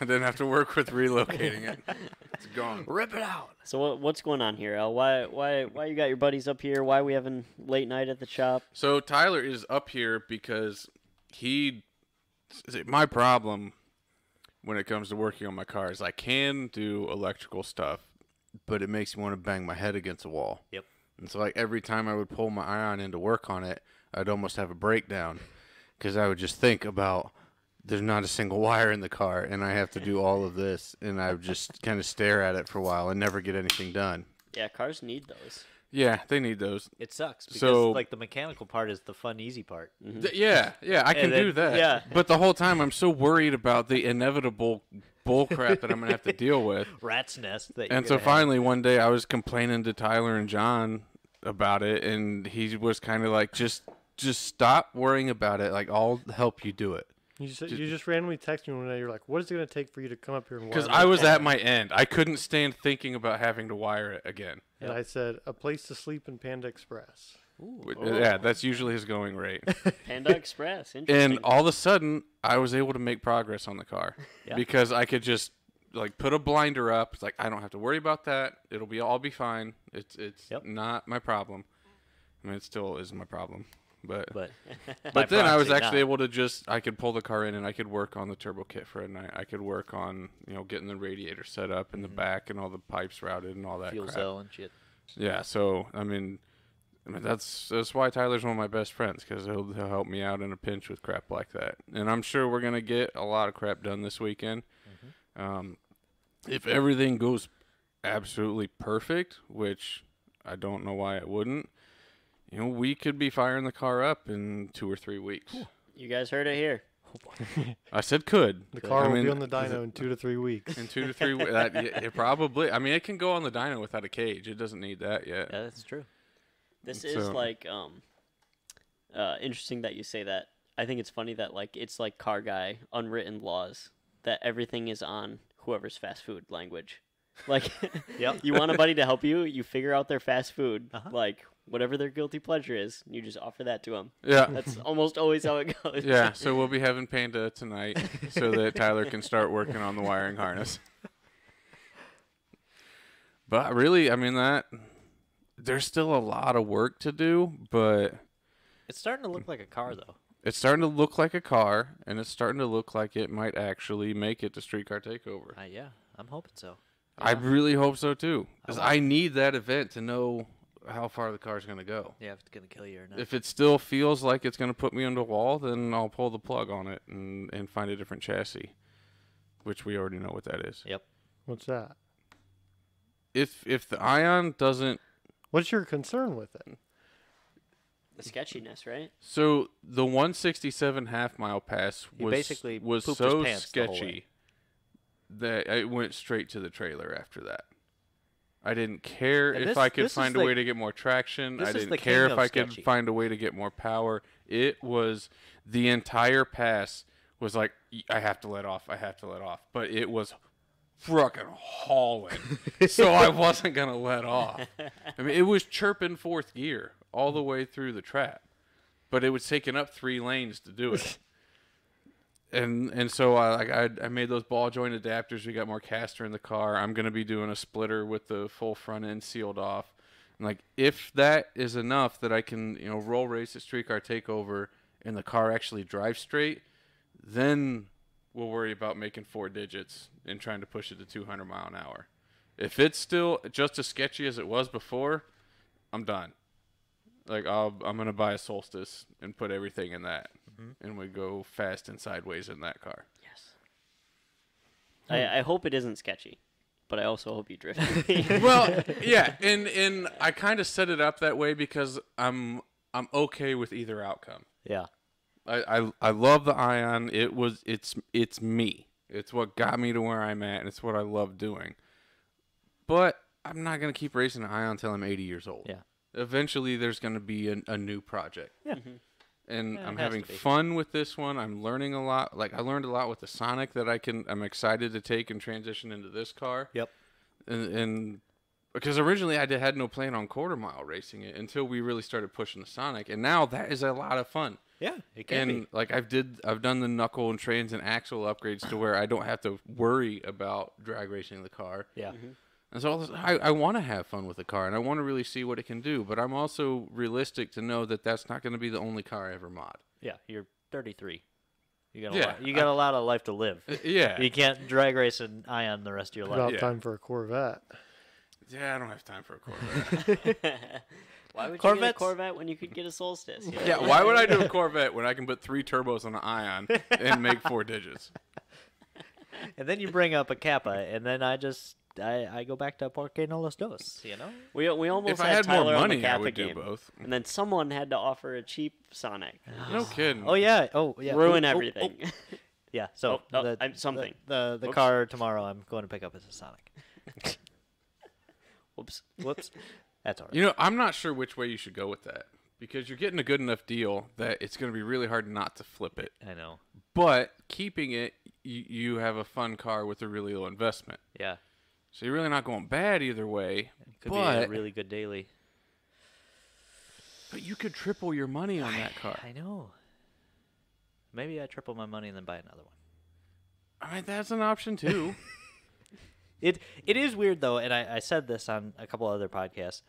I didn't have to work with relocating it. It's gone. Rip it out. so what what's going on here? Al? Why why why you got your buddies up here? Why we having late night at the shop? So Tyler is up here because he. see, My problem when it comes to working on my car is I can do electrical stuff, but it makes me want to bang my head against a wall. Yep. And so, like every time I would pull my iron in to work on it, I'd almost have a breakdown because I would just think about there's not a single [laughs] wire in the car, and I have to do all of this, and I would just kind of stare at it for a while and never get anything done. Yeah, cars need those. Yeah, they need those. It sucks because So- like the mechanical part is the fun easy part. Th- yeah, yeah, [laughs] I Mm-hmm. can And then- do that. yeah. But the whole time I'm so worried about the inevitable bullcrap that I'm gonna [laughs] have to deal with. Rat's nest that. You're And so gonna have. finally one day I was complaining to Tyler and John about it and he was kind of like just just stop worrying about it. Like I'll help you do it. You just, you just randomly text me one day. You're like, "What is it going to take for you to come up here and?" Cuz wire I my was car?" at my end. I couldn't stand thinking about having to wire it again. And I said, a place to sleep in Panda Express. W- Yeah, that's usually his going rate. [laughs] Panda Express. Interesting. [laughs] and all of a sudden I was able to make progress on the car because I could just like put a blinder up. It's like I don't have to worry about that. It'll be all be fine. It's it's Yep. not my problem. I mean, it still is [laughs] my problem, but but, but by then I was proxy, actually not. able to just I could pull the car in and I could work on the turbo kit for a night. I could work on you know getting the radiator set up in the back and all the pipes routed and all that Mm-hmm. fuel crap. cell and shit. Yeah, so I mean, I mean that's that's why Tyler's one of my best friends because he'll, he'll help me out in a pinch with crap like that. And I'm sure we're gonna get a lot of crap done this weekend. Mm-hmm. Um, if everything goes absolutely perfect, which I don't know why it wouldn't, you know, we could be firing the car up in two or three weeks. you guys heard it here. I said could. The car I will mean, be on the dyno in two to three weeks. In two to three, we- that, it, it probably. I mean, it can go on the dyno without a cage. It doesn't need that yet. Yeah, that's true. This is So- like um, uh, interesting that you say that. I think it's funny that like it's like car guy unwritten laws that everything is on whoever's fast food language. Like, [laughs] Yep. you want a buddy to help you, you figure out their fast food, Uh-huh. like whatever their guilty pleasure is, and you just offer that to them. Yeah. That's almost always how it goes. [laughs] Yeah, so we'll be having Panda tonight so that Tyler can start working on the wiring harness. But really, I mean that there's still a lot of work to do, but It's starting to look like a car though. it's starting to look like a car and it's starting to look like it might actually make it to streetcar takeover. Uh, yeah, I'm hoping so. I really hope so too. Cuz I need that event to know how far the car's going to go. Yeah, if it's gonna kill you or not. If it still feels like it's going to put me under wall, then I'll pull the plug on it and, and find a different chassis, which we already know what that is. yep. What's that? If if the Ion doesn't, What's your concern with it? The sketchiness, right? so the 167 half mile pass He was basically was pooped his so pants the whole way. sketchy that it went straight to the trailer after that. I didn't care And if this- I could this is find a the- way to get more traction. this I is didn't the care king if of I sketchy. could find a way to get more power. It was the entire pass was like "Y- I have to let off. I have to let off. But it was fucking [laughs] hauling, so I wasn't gonna let off. I mean, it was chirping fourth gear all the way through the trap, but it was taking up three lanes to do it. And and so I like I, I made those ball joint adapters. We got more caster in the car. I'm gonna be doing a splitter with the full front end sealed off. And like if that is enough that I can you know roll race at street car takeover and the car actually drives straight, then we'll worry about making four digits and trying to push it to 200 mile an hour. If it's still just as sketchy as it was before, I'm done. Like I'll, I'm gonna buy a Solstice and put everything in that, and we go fast and sideways in that car. Yes. Hmm. I, I hope it isn't sketchy, but I also hope you [laughs] drift. [laughs] [laughs] well, yeah, and and I kind of set it up that way because I'm I'm okay with either outcome. Yeah. I, I I love the Ion. It was it's it's me. It's what got me to where I'm at, and it's what I love doing. But I'm not gonna keep racing the Ion until I'm 80 years old. Yeah. Eventually, there's gonna be an, a new project. Yeah. And Yeah, I'm it has having to be. fun with this one. I'm learning a lot. Like I learned a lot with the Sonic that I can. I'm excited to take and transition into this car Yep. and, and because originally I did, had no plan on quarter mile racing it until we really started pushing the Sonic, and now that is a lot of fun. Yeah. It can And be. like I've did, I've done the knuckle and trans and axle upgrades to where I don't have to worry about drag racing the car. Yeah. And so all this- I, I want to have fun with the car, and I want to really see what it can do. But I'm also realistic to know that that's not going to be the only car I ever mod. Yeah. You're 33. You got a Yeah, lot. You got a lot of life to live. Uh, Yeah, You can't drag race an Ion the rest of your Put life. out yeah. time for a Corvette. yeah. I don't have time for a Corvette. Why would you get a Corvettes? Corvette when you could get a Solstice? you know? [laughs] yeah, why would I do a Corvette when I can put three turbos on an Ion and make [laughs] four digits? And then you bring up a Kappa, and then I just I, I go back to Porque no los dos. You know. We, we almost if I had Tyler more on the money, I Kappa would do game, both. And then someone had to offer a cheap Sonic. [sighs] No kidding. Oh yeah. Oh yeah. Ruin Oh, oh, oh. everything. [laughs] Yeah. So Oh, oh, I'm- something. The the, the Whoops. car tomorrow I'm going to pick up is a Sonic. Whoops. [laughs] Whoops. That's all right. You know, I'm not sure which way you should go with that because you're getting a good enough deal that it's going to be really hard not to flip it. I know. But keeping it, you, you have a fun car with a really low investment. Yeah. So you're really not going bad either way. Could be a but, really good daily. but you could triple your money on that car. I know. Maybe I triple my money and then buy another one. I mean, that's an option too. It it is weird though, and I, I said this on a couple other podcasts.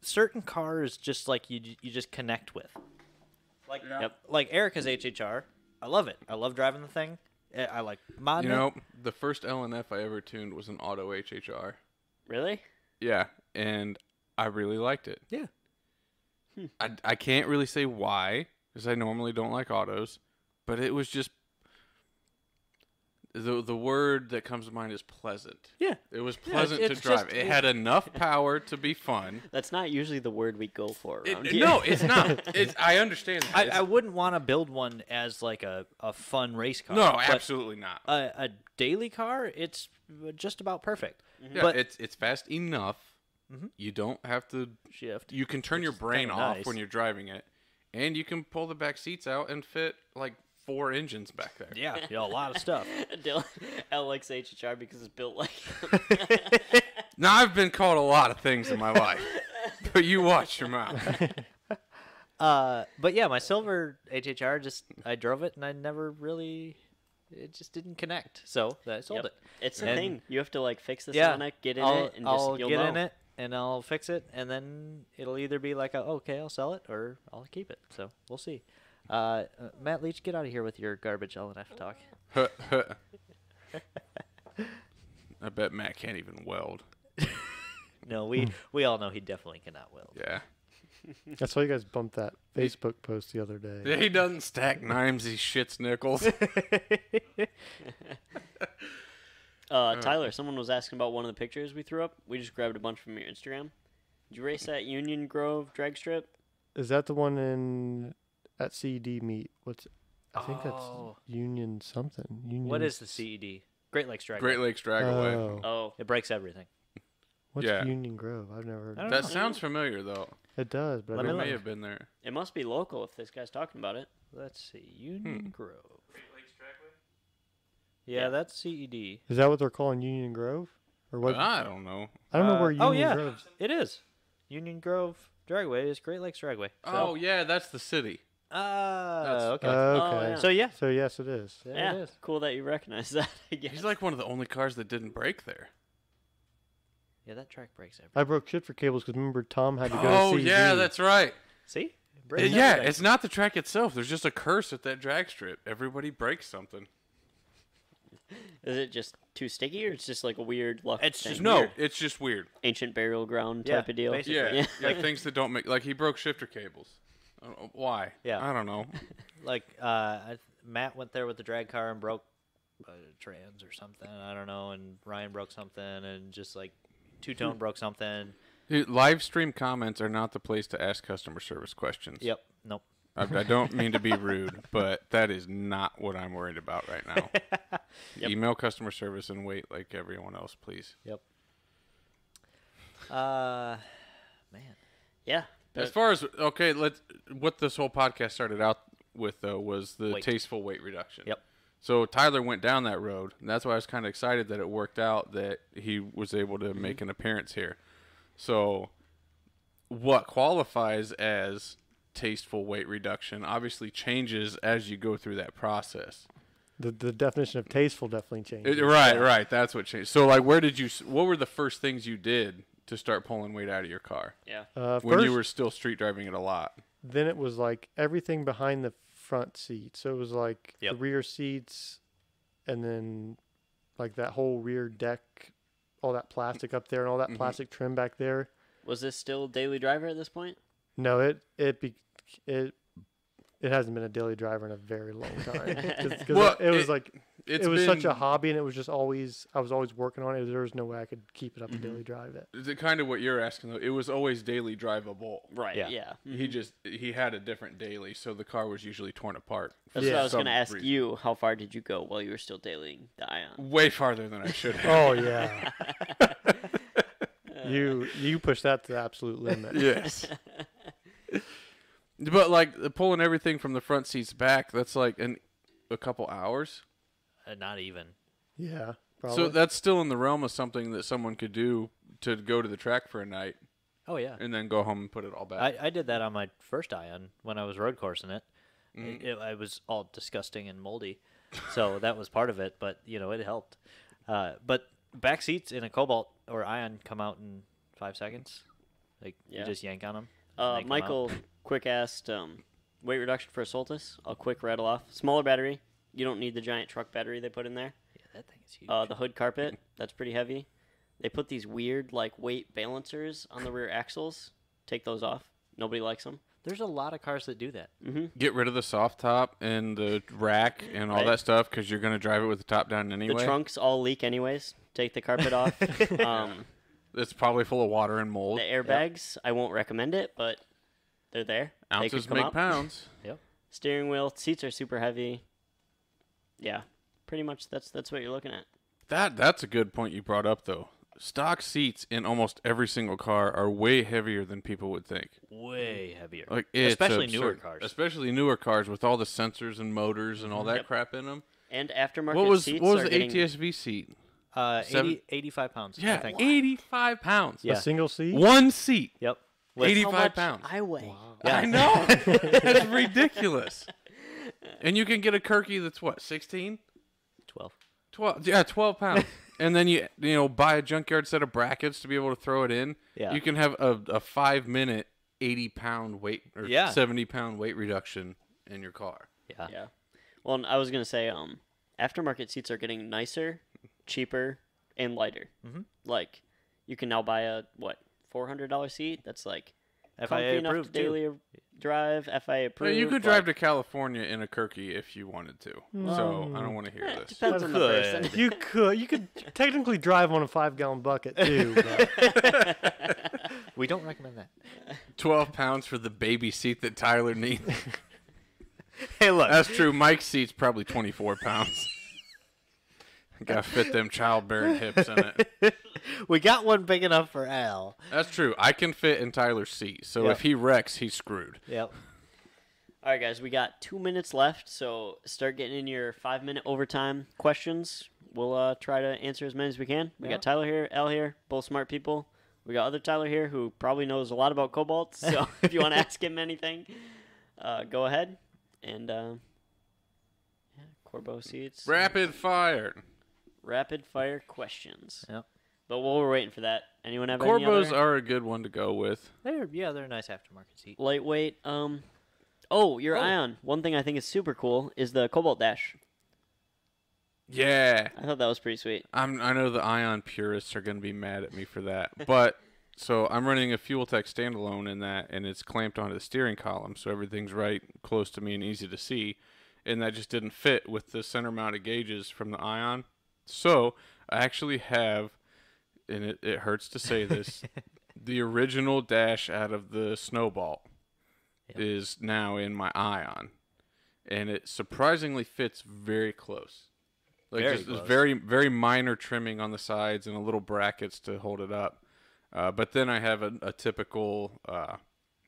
Certain cars just like you you just connect with. Like Yep. like Erica's HHR. I love it. I love driving the thing. I, I like modding. you it. know, the first LNF I ever tuned was an auto HHR. Really? Yeah, and I really liked it. Yeah. I, I can't really say why because I normally don't like autos, but it was just the the word that comes to mind is pleasant. Yeah. It was Yeah, pleasant it's to drive. just- it had enough power to be fun. That's not usually the word we go for It- around it- here. no, it's not. It's, I understand. That. I, It's- I wouldn't want to build one as like a, a fun race car. no, but absolutely not. A, a daily car, it's just about perfect. yeah, but Mm-hmm. it's it's fast enough You don't have to. Shift. You can turn your is brain kinda off nice. when you're driving it, and you can pull the back seats out and fit like four engines back there. Yeah, you know, a lot of stuff. [laughs] Dylan, LXHHR because it's built like. [laughs] Now I've been called a lot of things in my life, [laughs] but you watch your mouth. [laughs] Uh, but yeah, my silver HHR just I drove it and I never really it just didn't connect. So I Yep. sold it. It's a And- thing. You have to like fix the yeah, Sonic, get in I'll, it, and just I'll you'll get know. in it and I'll fix it, and then it'll either be like, a, okay, I'll sell it, or I'll keep it. So we'll see. Uh, uh, Matt Leach, get out of here with your garbage LNF talk. I bet Matt can't even weld. No, we we all know he definitely cannot [laughs] will. Yeah. That's why you guys bumped that Facebook post the other day. Yeah, [laughs] he doesn't stack nimes. He shits nickels. [laughs] [laughs] Uh, Tyler, someone was asking about one of the pictures we threw up. We just grabbed a bunch from your Instagram. Did you race that Union Grove drag strip? Is that the one in at CED meet? What's I think Oh. that's Union something. Union. What is the CED? Great Lakes Dragon. Great Lakes Drag Away. Oh, Oh, It breaks everything. what's yeah. Union Grove? I've never heard. I Of don't it. That know. sounds familiar though. it does, but Let me We I've never- look. may have been there. it must be local if this guy's talking about it. Let's see, Union Grove. Great Lakes Dragway. Yeah, Yeah. that's E CED. is that what they're calling Union Grove? Or what? I don't know. I don't know Uh, where Union oh yeah, Grove's. it is. Union Grove Dragway is Great Lakes Dragway. Oh yeah, that's the city. That's- Ah, okay. Uh, Oh, okay. yeah. so yeah, So yes, it is. there yeah, it is. cool that you recognize [laughs] that. I guess. He's like one of the only cars that didn't break there. Yeah, that track breaks everything. I broke shit for cables because remember Tom had to go. Oh to CED. yeah, that's right. See? It breaks Yeah, everything. it's not the track itself. There's just a curse at that drag strip. Everybody breaks something. Is it just too sticky, or it's just like a weird luck It's thing? just No, weird. it's just weird. ancient burial ground Yeah, type of deal. basically. Yeah, Yeah. [laughs] like things that don't make like he broke shifter cables. I don't know Why? Yeah. I don't know. like uh, I, Matt went there with the drag car and broke a trans or something. I don't know. And Ryan broke something, and just like two Hmm. tone broke something. Dude, live stream comments are not the place to ask customer service questions. Yep. Nope. I, I don't mean to be rude, but that is not what I'm worried about right [laughs] now. Email customer service and wait like everyone else, please. Yep. Uh, man. yeah. As far as okay, let's what this whole podcast started out with though was the Weight. tasteful weight reduction. Yep. So Tyler went down that road, and that's why I was kind of excited that it worked out that he was able to Mm-hmm. make an appearance here. So, what qualifies as tasteful weight reduction obviously changes as you go through that process. The, the definition of tasteful definitely changed. It- right, right. That's what changed. So, like, where did you? s- What were the first things you did to start pulling weight out of your car Yeah. uh, when you first- were still street driving it a lot? then it was like everything behind the front seat. So it was like the Yep. rear seats and then like that whole rear deck, all that plastic up there and Mm-hmm. all that plastic trim back there. [laughs] Was this still daily driver at this point? No, it it be it it hasn't been a daily driver in a [laughs] very long time. 'Cause- [laughs] 'cause Well, it, was it- like It's it was such a been- hobby and it was just always I was always working on it. There was no way I could keep it up Mm-hmm. a daily drive. It. the kind of what you're asking though it was always daily drivable Right. Yeah. Mm-hmm. Yeah. he just he had a different daily so the car was usually torn apart That's Yeah. what I was Some going to ask reason. you. How far did you go while you were still dailying the Ion? way farther than i should [laughs] have Oh yeah. you you push that to the absolute [laughs] limit. Uh, [laughs] yes Oh, but like the pulling everything from the front seats back that's like an a couple hours Uh, not even. Yeah. Probably. so that's still in the realm of something that someone could do to go to the track for a night Oh yeah. and then go home and put it all back I, I did that on my first Ion when I was road coursing it. It, it, I was all disgusting and moldy, so that was part of it. But you know, it helped. Uh, but back seats in a Cobalt or Ion come out in five seconds. Like Yeah. you just yank on them. Uh, Michael quick asked um, weight reduction for a Soltis. I'll quick rattle off. Smaller battery. You don't need the giant truck battery they put in there. Yeah, that thing is huge. Uh, the hood carpet. That's pretty heavy. They put these weird like weight balancers on the rear axles. Take those off. Nobody likes Mm-hmm. them. There's a lot of cars that do that. get rid of the soft top and the rack and all Right. that stuff because you're going to drive it with the top down The anyway trunks all leak anyways. Take the carpet [laughs] off. um, it's probably full of water and mold the airbags. I won't recommend it, but they're there. They could ounces come make up. pounds Steering wheel seats are super heavy. Yeah, pretty much. That's that's what you're looking at. That that's a good point you brought up though. stock seats in almost every single car are way heavier than people would think. Way heavier. Like it's Especially absurd. newer cars. Mm-hmm. Especially newer cars with all the sensors and motors and all that crap in them. And aftermarket What was seats what was are the getting ATSV seat? Uh, Seven- 80, 85 pounds. I Yeah, think. eighty-five pounds. Yeah. A single seat. One seat, Yep. With- how eighty-five much pounds. I weigh. I know. that's ridiculous. And you can get a Kirky that's what, 16? 12. 12. Yeah, [laughs] 12 pounds. and then you you know buy a junkyard set of brackets to be able to throw it in. Yeah. You can have a, a 5 minute 80 pound weight or Yeah. 70 pound weight reduction in your car. Yeah. Yeah. Well, and I was gonna say, um, aftermarket seats are getting nicer, cheaper, and lighter. Mm-hmm. Like, you can now buy a what four hundred dollar seat that's like comfy FIA enough to approved too. daily drive, FIA Yeah, approved. you could drive like- to California in a Kirky if you wanted to. So Hmm. I don't want to hear Eh, this. Depends on the [laughs] Good. person. You could you could technically drive on a five gallon bucket too. [laughs] But We don't recommend that. 12 pounds for the baby seat that Tyler needs. [laughs] Hey, look. [laughs] That's true. Mike's seat's probably 24 pounds. [laughs] Gotta fit them childbearing hips in it. [laughs] we got one big enough for Al. [laughs] That's true. I can fit in Tyler's seat, so Yeah. if he wrecks, he's screwed. Yep. All right, guys, we got two minutes left, so start getting in your five minute overtime questions. We'll uh, try to answer as many as we can. We got Tyler here, L here, both smart people. We got other Tyler here who probably knows a lot about cobalt. So if you want to ask him anything, uh, go ahead. And uh, yeah, Corbo seats, Rapid fire. rapid fire questions. Yep. But while we're waiting for that, anyone have any Corbos other are a good one to go with. They're yeah, they're a nice aftermarket seat. lightweight? Um, oh, your Ion. One thing I think is super cool is the cobalt dash. Yeah. I thought that was pretty sweet. I'm, I know the Ion purists are going to be mad at me [laughs] for that. But so I'm running a Fuel Tech standalone in that, and it's clamped onto the steering column, so everything's right close to me and easy to see. And that just didn't fit with the center mounted gauges from the Ion. So I actually have, and it, it hurts to [laughs] say this, the original dash out of the Snowball is now in my Ion. And it surprisingly fits very close. Like Very just close. very very minor trimming on the sides and a little brackets to hold it up. Uh, but then I have a, a typical uh,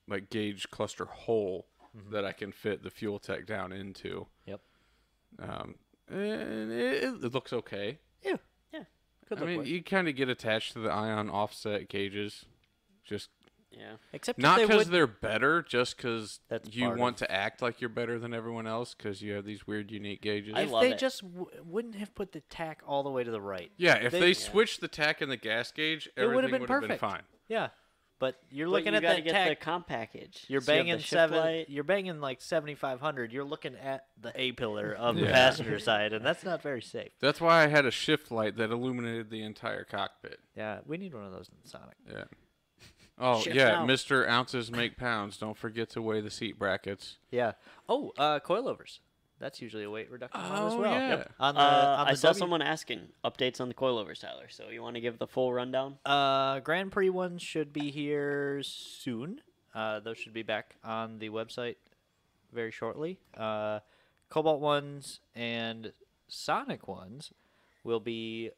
like gauge cluster hole that I can fit the fuel tech down into. Mm-hmm. Yep. Um, and it, it looks okay. Yeah. Yeah. Good I look. mean, work. you kind of get attached to the ion offset gauges, just Yeah. Except if not they because would, they are better, just because That's you part want to act like you're better than everyone else because you have these weird, unique gauges. I if love they it. just w- wouldn't have put the tack all the way to the right. yeah, if they- they, Yeah. switched the tack and the gas gauge, It everything would have been would've perfect. fine. Yeah. But you're But looking you at gotta that get tack. the comp package. you're So you have banging the shift seven. light. You're banging like seventy five hundred. You're looking at the [laughs] A pillar of the Yeah. passenger side, and that's not very safe. That's why I had a shift light that illuminated the entire cockpit. Yeah, we need one of those in Sonic. [laughs] Yeah. Oh Shift yeah, out. Mister Ounces make pounds. Don't forget to weigh the seat brackets. Yeah. Oh, uh, coilovers. That's usually a weight reduction one as Oh, well. yeah. Yep. On the, Uh, on I the saw W- someone asking updates on the coilovers, Tyler. So you want to give the full rundown? Uh, Grand Prix one should be here soon. Uh, those should be back on the website very shortly. Uh, Cobalt ones and Sonic ones will be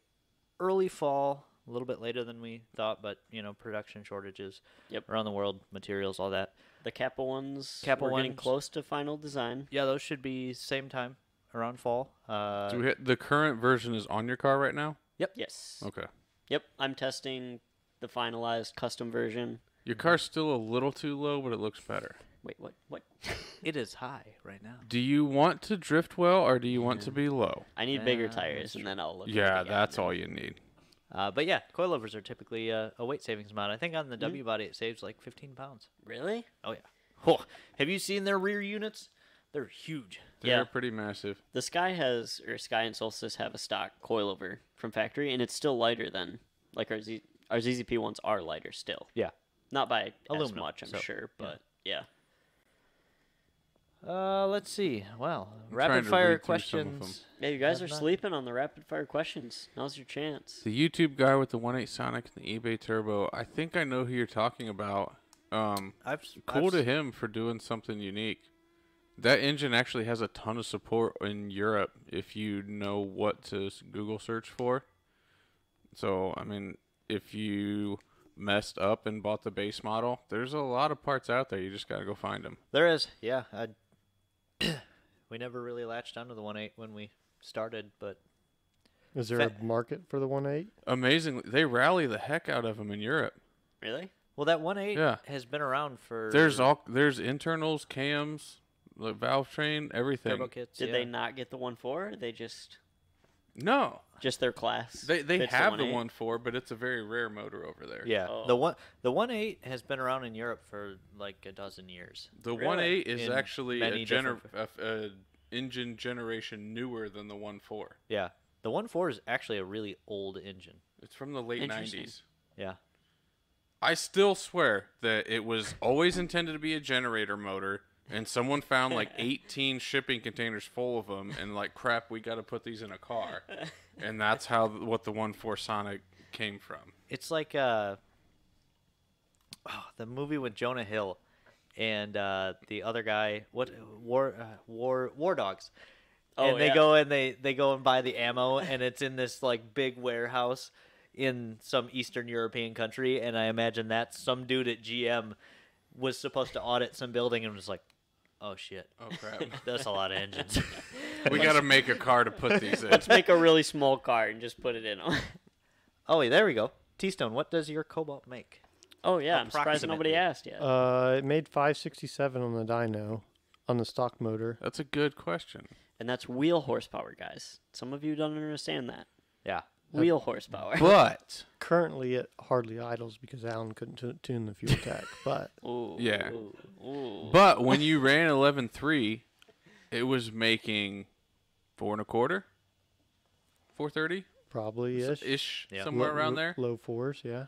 early fall, a little bit later than we thought, but you know, production shortages Yep. around the world, materials, all that. The Kappa ones. Kappa we're getting ones. close to final design. Yeah, those should be same time around fall. Uh, Do we hit, the current version is on your car right now. Yes. Okay. Yep. I'm testing the finalized custom version. Mm-hmm. Your car's still a little too low, but it looks better. Wait, what? What? it is high right now. Do you want to drift well or do you want to be low? I need bigger tires, and then I'll look. at it Yeah, again. that's all you need. Uh, but yeah, coilovers are typically uh, a weight savings mod. I think on Mm-hmm. the W body it saves like 15 pounds. Really? Oh yeah. Oh, have you seen their rear units? They're huge. They're Yeah. pretty massive. The Sky has, or Sky and Solstice have a stock coilover from factory, and it's still lighter than like our Z. Our ZZP ones are lighter still, Yeah. not by as Aluminum, much, I'm so, sure, but yeah. Uh, let's see. Well, trying rapid to fire read through some of questions. Yeah, you guys are not- sleeping on the rapid fire questions. Now's your chance. The YouTube guy with the 1.8 Sonic and the eBay Turbo, I think I know who you're talking about. Um, I've cool to him for doing something unique. That engine actually has a ton of support in Europe if you know what to s- Google search for. So, I mean, if you messed up and bought the base model, there's a lot of parts out there. You just got to go find them. There is, yeah. I, [coughs] we never really latched onto the one eight when we started, but Is there a market for the one eight? Amazingly, they rally the heck out of them in Europe. Really? well, that one eight Yeah. has been around for There's all there's internals, cams, the valve train, everything. turbo kits. Did yeah. they not get the one four? They just No, just their class. they they fits have the 1.8? one four, but it's a very rare motor over there. Yeah, the Oh. one the one eight has been around in Europe for like a dozen years. The Really? one eight is In actually a, many gener- different- a, a engine generation newer than the one four. Yeah, the one four is actually a really old engine. It's from the late Interesting. nineties. Yeah, I still swear that it was always intended to be a generator motor, and someone [laughs] found like 18 shipping containers full of them, and like, crap, we got to put these in a car, and that's how what the one four Sonic came from. it's like uh, oh, the movie with Jonah Hill and uh, the other guy. What war uh, war war dogs? Oh, and they yeah. go and they they go and buy the ammo, and it's in this like big warehouse in some Eastern European country. And I imagine that some dude at GM was supposed to audit some building and was like, "Oh shit, Oh [laughs] crap, that's a lot of engines." we got to make a car to put these in. Let's make a really small car and just put it in 'em. [laughs] oh, wait, there we go. T Stone, what does your cobalt make? [laughs] oh yeah, I'm surprised Approximately. nobody asked yet. Uh, it made 567 on the dyno, on the stock motor. That's a good question. and that's wheel horsepower, guys. Some of you don't understand that. Yeah, Wheel horsepower. But Currently, it hardly idles because Alan couldn't tu- tune the fuel [laughs] tech. But Ooh, [laughs] Yeah. Ooh, ooh. but when you ran 11.3, it was making four and a quarter, four thirty probably ish. ish, Yeah. somewhere Low- around there. Low fours, yeah.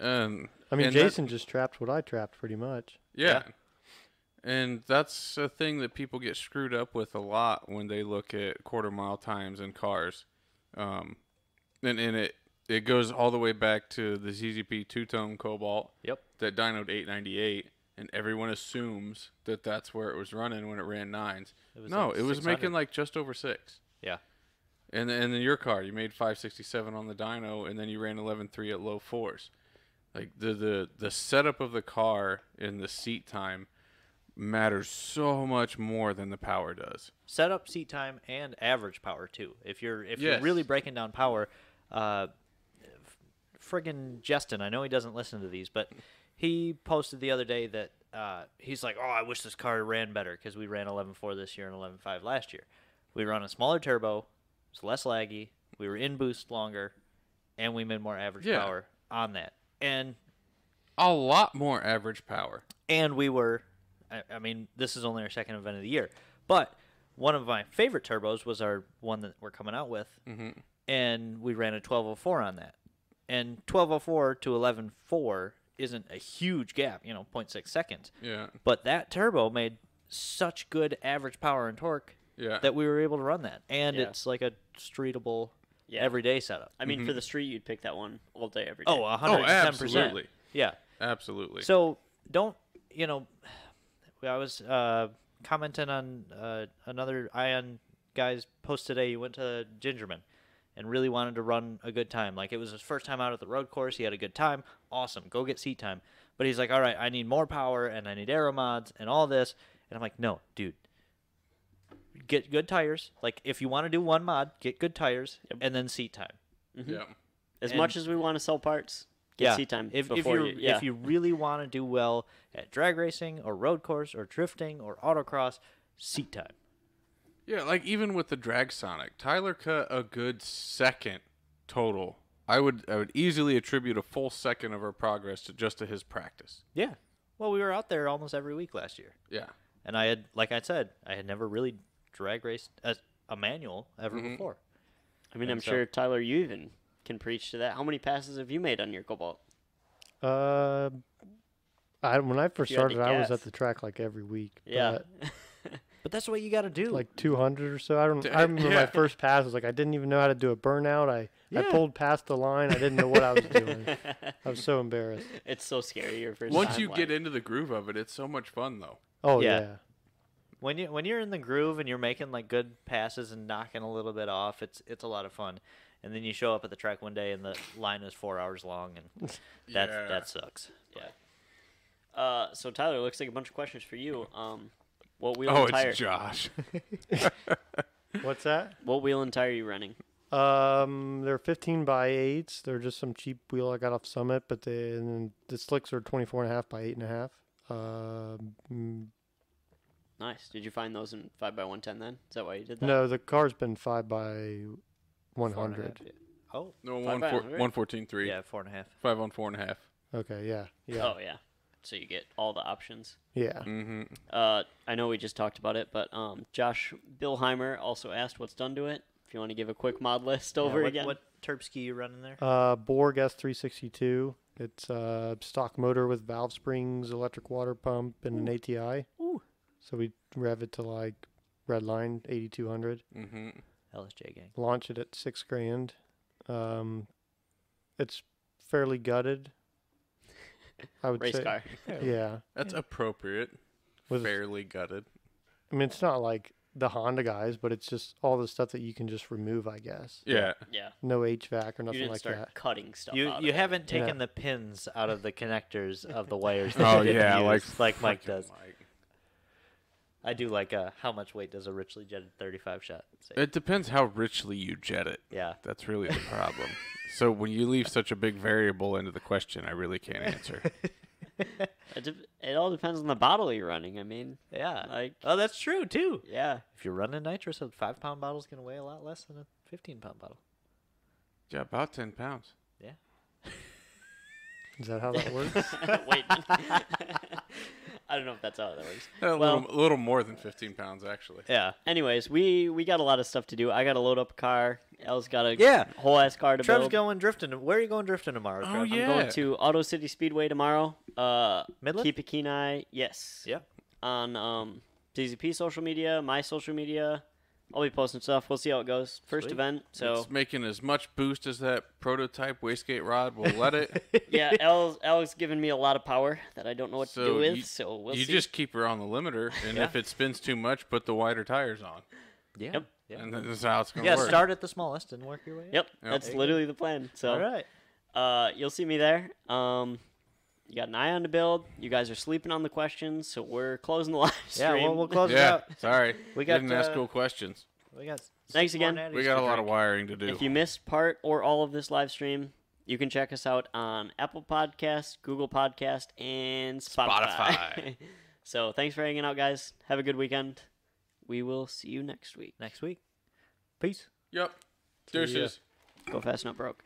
Um, I mean, and that- Jason just trapped what I trapped pretty much. Yeah. And that's a thing that people get screwed up with a lot when they look at quarter mile times in cars. Um, and, and it, it goes all the way back to the ZZP two tone Cobalt Yep. that dynoed 898. And everyone assumes that that's where it was running when it ran nines. was no, like it was 600. making like just over six. yeah, And and in your car, you made 567 on the dyno, and then you ran 11.3 at low fours. Like the the the setup of the car and the seat time matters so much more than the power does. setup, seat time, and average power too. If you're if Yes. you're really breaking down power, uh, f- friggin' Justin, I know he doesn't listen to these, but he posted the other day that uh, he's like, oh, I wish this car ran better because we ran 11.4 this year and 11.5 last year. We were on a smaller turbo, it's less laggy. We were in boost longer, and we made more average Yeah. power on that. And A lot more average power. and we were I, I mean this is only our second event of the year but one of my favorite turbos was our one that we're coming out with and we ran a 1204 on that and 1204 to 11.4 isn't a huge gap you know 0.6 seconds Yeah. but that turbo made such good average power and torque Yeah. that we were able to run that and Yeah. it's like a streetable Yeah. everyday setup I mean, for the street, you'd pick that one all day, every day. Mm-hmm. oh 110% oh, absolutely. yeah Absolutely. So don't you know? [sighs] I was uh, commenting on uh, another Ion guy's post today. He went to Gingerman and really wanted to run a good time. Like it was his first time out at the road course. He had a good time. Awesome. Go get seat time. But he's like, all right, I need more power and I need aero mods and all this. And I'm like, no, dude. Get good tires. Like if you want to do one mod, get good tires and then seat time. yeah. mm-hmm. as and- much as we want to sell parts, get seat time If, if, before you you. Yeah. if you really want to do well at drag racing or road course or drifting or autocross, seat time. Yeah, like even with the drag sonic, Tyler cut a good second total. I would I would easily attribute a full second of her progress to just to his practice. Yeah. Well, we were out there almost every week last year, Yeah. and I had, like I said, I had never really drag raced a, a manual ever Mm-hmm. before. I mean, and I'm so- sure Tyler, you even can preach to that. How many passes have you made on your Cobalt? Uh, I when I first You had to started, I was guess. at the track like every week. Yeah. but But that's what you got to do. like 200 or so. I don't. I Dang, remember yeah. my first pass was like I didn't even know how to do a burnout. I I Yeah. pulled past the line. I didn't know what I was doing. I was so embarrassed. [laughs] it's so scary. Your first Once time, you get like- into the groove of it, it's so much fun though. Oh Yeah. yeah. when you when you're in the groove and you're making like good passes and knocking a little bit off, it's it's a lot of fun. and then you show up at the track one day and the line is four hours long, [laughs] and that Yeah. that sucks. Uh, so Tyler, looks like a bunch of questions for you. Um, what wheel Oh, and tire? [laughs] it's Josh. What's that? What wheel and tire are you running? Um, they're 15 by 8s. They're just some cheap wheel I got off Summit, but they, and then the slicks are 24 and a half by 8.5. Um, mm, Nice. Did you find those in five by one ten? Then is that why you did that? no, the car's been 5 by Four and a 100. half, yeah. Oh, No, Five one, by four, hundred. one fourteen three. yeah, four and a half. Five on four and a half. Okay, yeah. Yeah. Oh yeah. So you get all the options. Yeah. [laughs] Mm-hmm. Uh, I know we just talked about it, but um, Josh Billheimer also asked what's done to it. If you want to give a quick mod list Yeah, over what, again. What Terp ski you running there? Uh, Borg S362. It's a stock motor with valve springs, electric water pump, and an ATI. Ooh. So we rev it to like red line 8200. Mm-hmm. Uh, LSJ gang. Launch it at six grand. Um, it's fairly gutted. I would Race say, [laughs] car. yeah. That's appropriate. With- Fairly gutted. I mean, it's not like the Honda guys, but it's just all the stuff that you can just remove, I guess. Yeah. Yeah. No HVAC or You nothing didn't like start that. cutting stuff. You out you of it. haven't Yeah. taken the pins out of the connectors of the wires. That [laughs] Oh you didn't yeah, like use, like Mike frickin' does. Mike. I do like uh, how much weight does a richly jetted 35 shot? Say? [laughs] It depends how richly you jet it. yeah. [laughs] That's really the [laughs] problem. so when you leave such a big variable into the question, I really can't [laughs] answer. It, de- it all depends on the bottle you're running. I mean, Yeah. like, oh, that's true too. [laughs] yeah. [laughs] If you're running nitrous, a five pound bottle's gonna weigh a lot less than a 15 pound bottle. yeah, about ten pounds. Is that [laughs] how that works? Wait. I don't know if that's how that works. A Well- little, a little more than fifteen pounds actually. Yeah. Anyways, we we got a lot of stuff to do. I got to load up a car. Elle's got a Yeah. whole ass car to Trev's build. going drifting. Where are you going drifting tomorrow? Oh, Trev? yeah. I'm going to Auto City Speedway tomorrow. Uh, Midland? Keep a keen eye. Yes. Yep. On um, DZP social media, my social media. I'll be posting stuff. We'll see how it goes. First Sweet. event. So It's making as much boost as that prototype wastegate rod will let it. [laughs] [laughs] yeah, Elle's, Elle's giving me a lot of power that I don't know what to So do with. you- so [laughs] we'll you see. just keep her on the limiter, and if it spins too much, put the wider tires on, Yeah. Yep. Yeah. and that's how it's gonna Yeah, work. start at the smallest and work your way up. Yep, that's literally the plan. So All right. uh, you'll see me there. Um, you got an eye on the build. You guys are sleeping on the questions, so we're closing the [laughs] live Yeah, stream. we'll, we'll close it yeah, out. sorry, [laughs] We we got, didn't ask uh, cool questions. We got. Thanks six more again. natties We got to a lot of drink. wiring to do. If you missed part or all of this live stream, you can check us out on Apple Podcast, Google Podcast, and Spotify. Spotify. [laughs] so thanks for hanging out, guys. Have a good weekend. We will see you next week. Next week. Peace. yep, deuces. Go fast, not broke.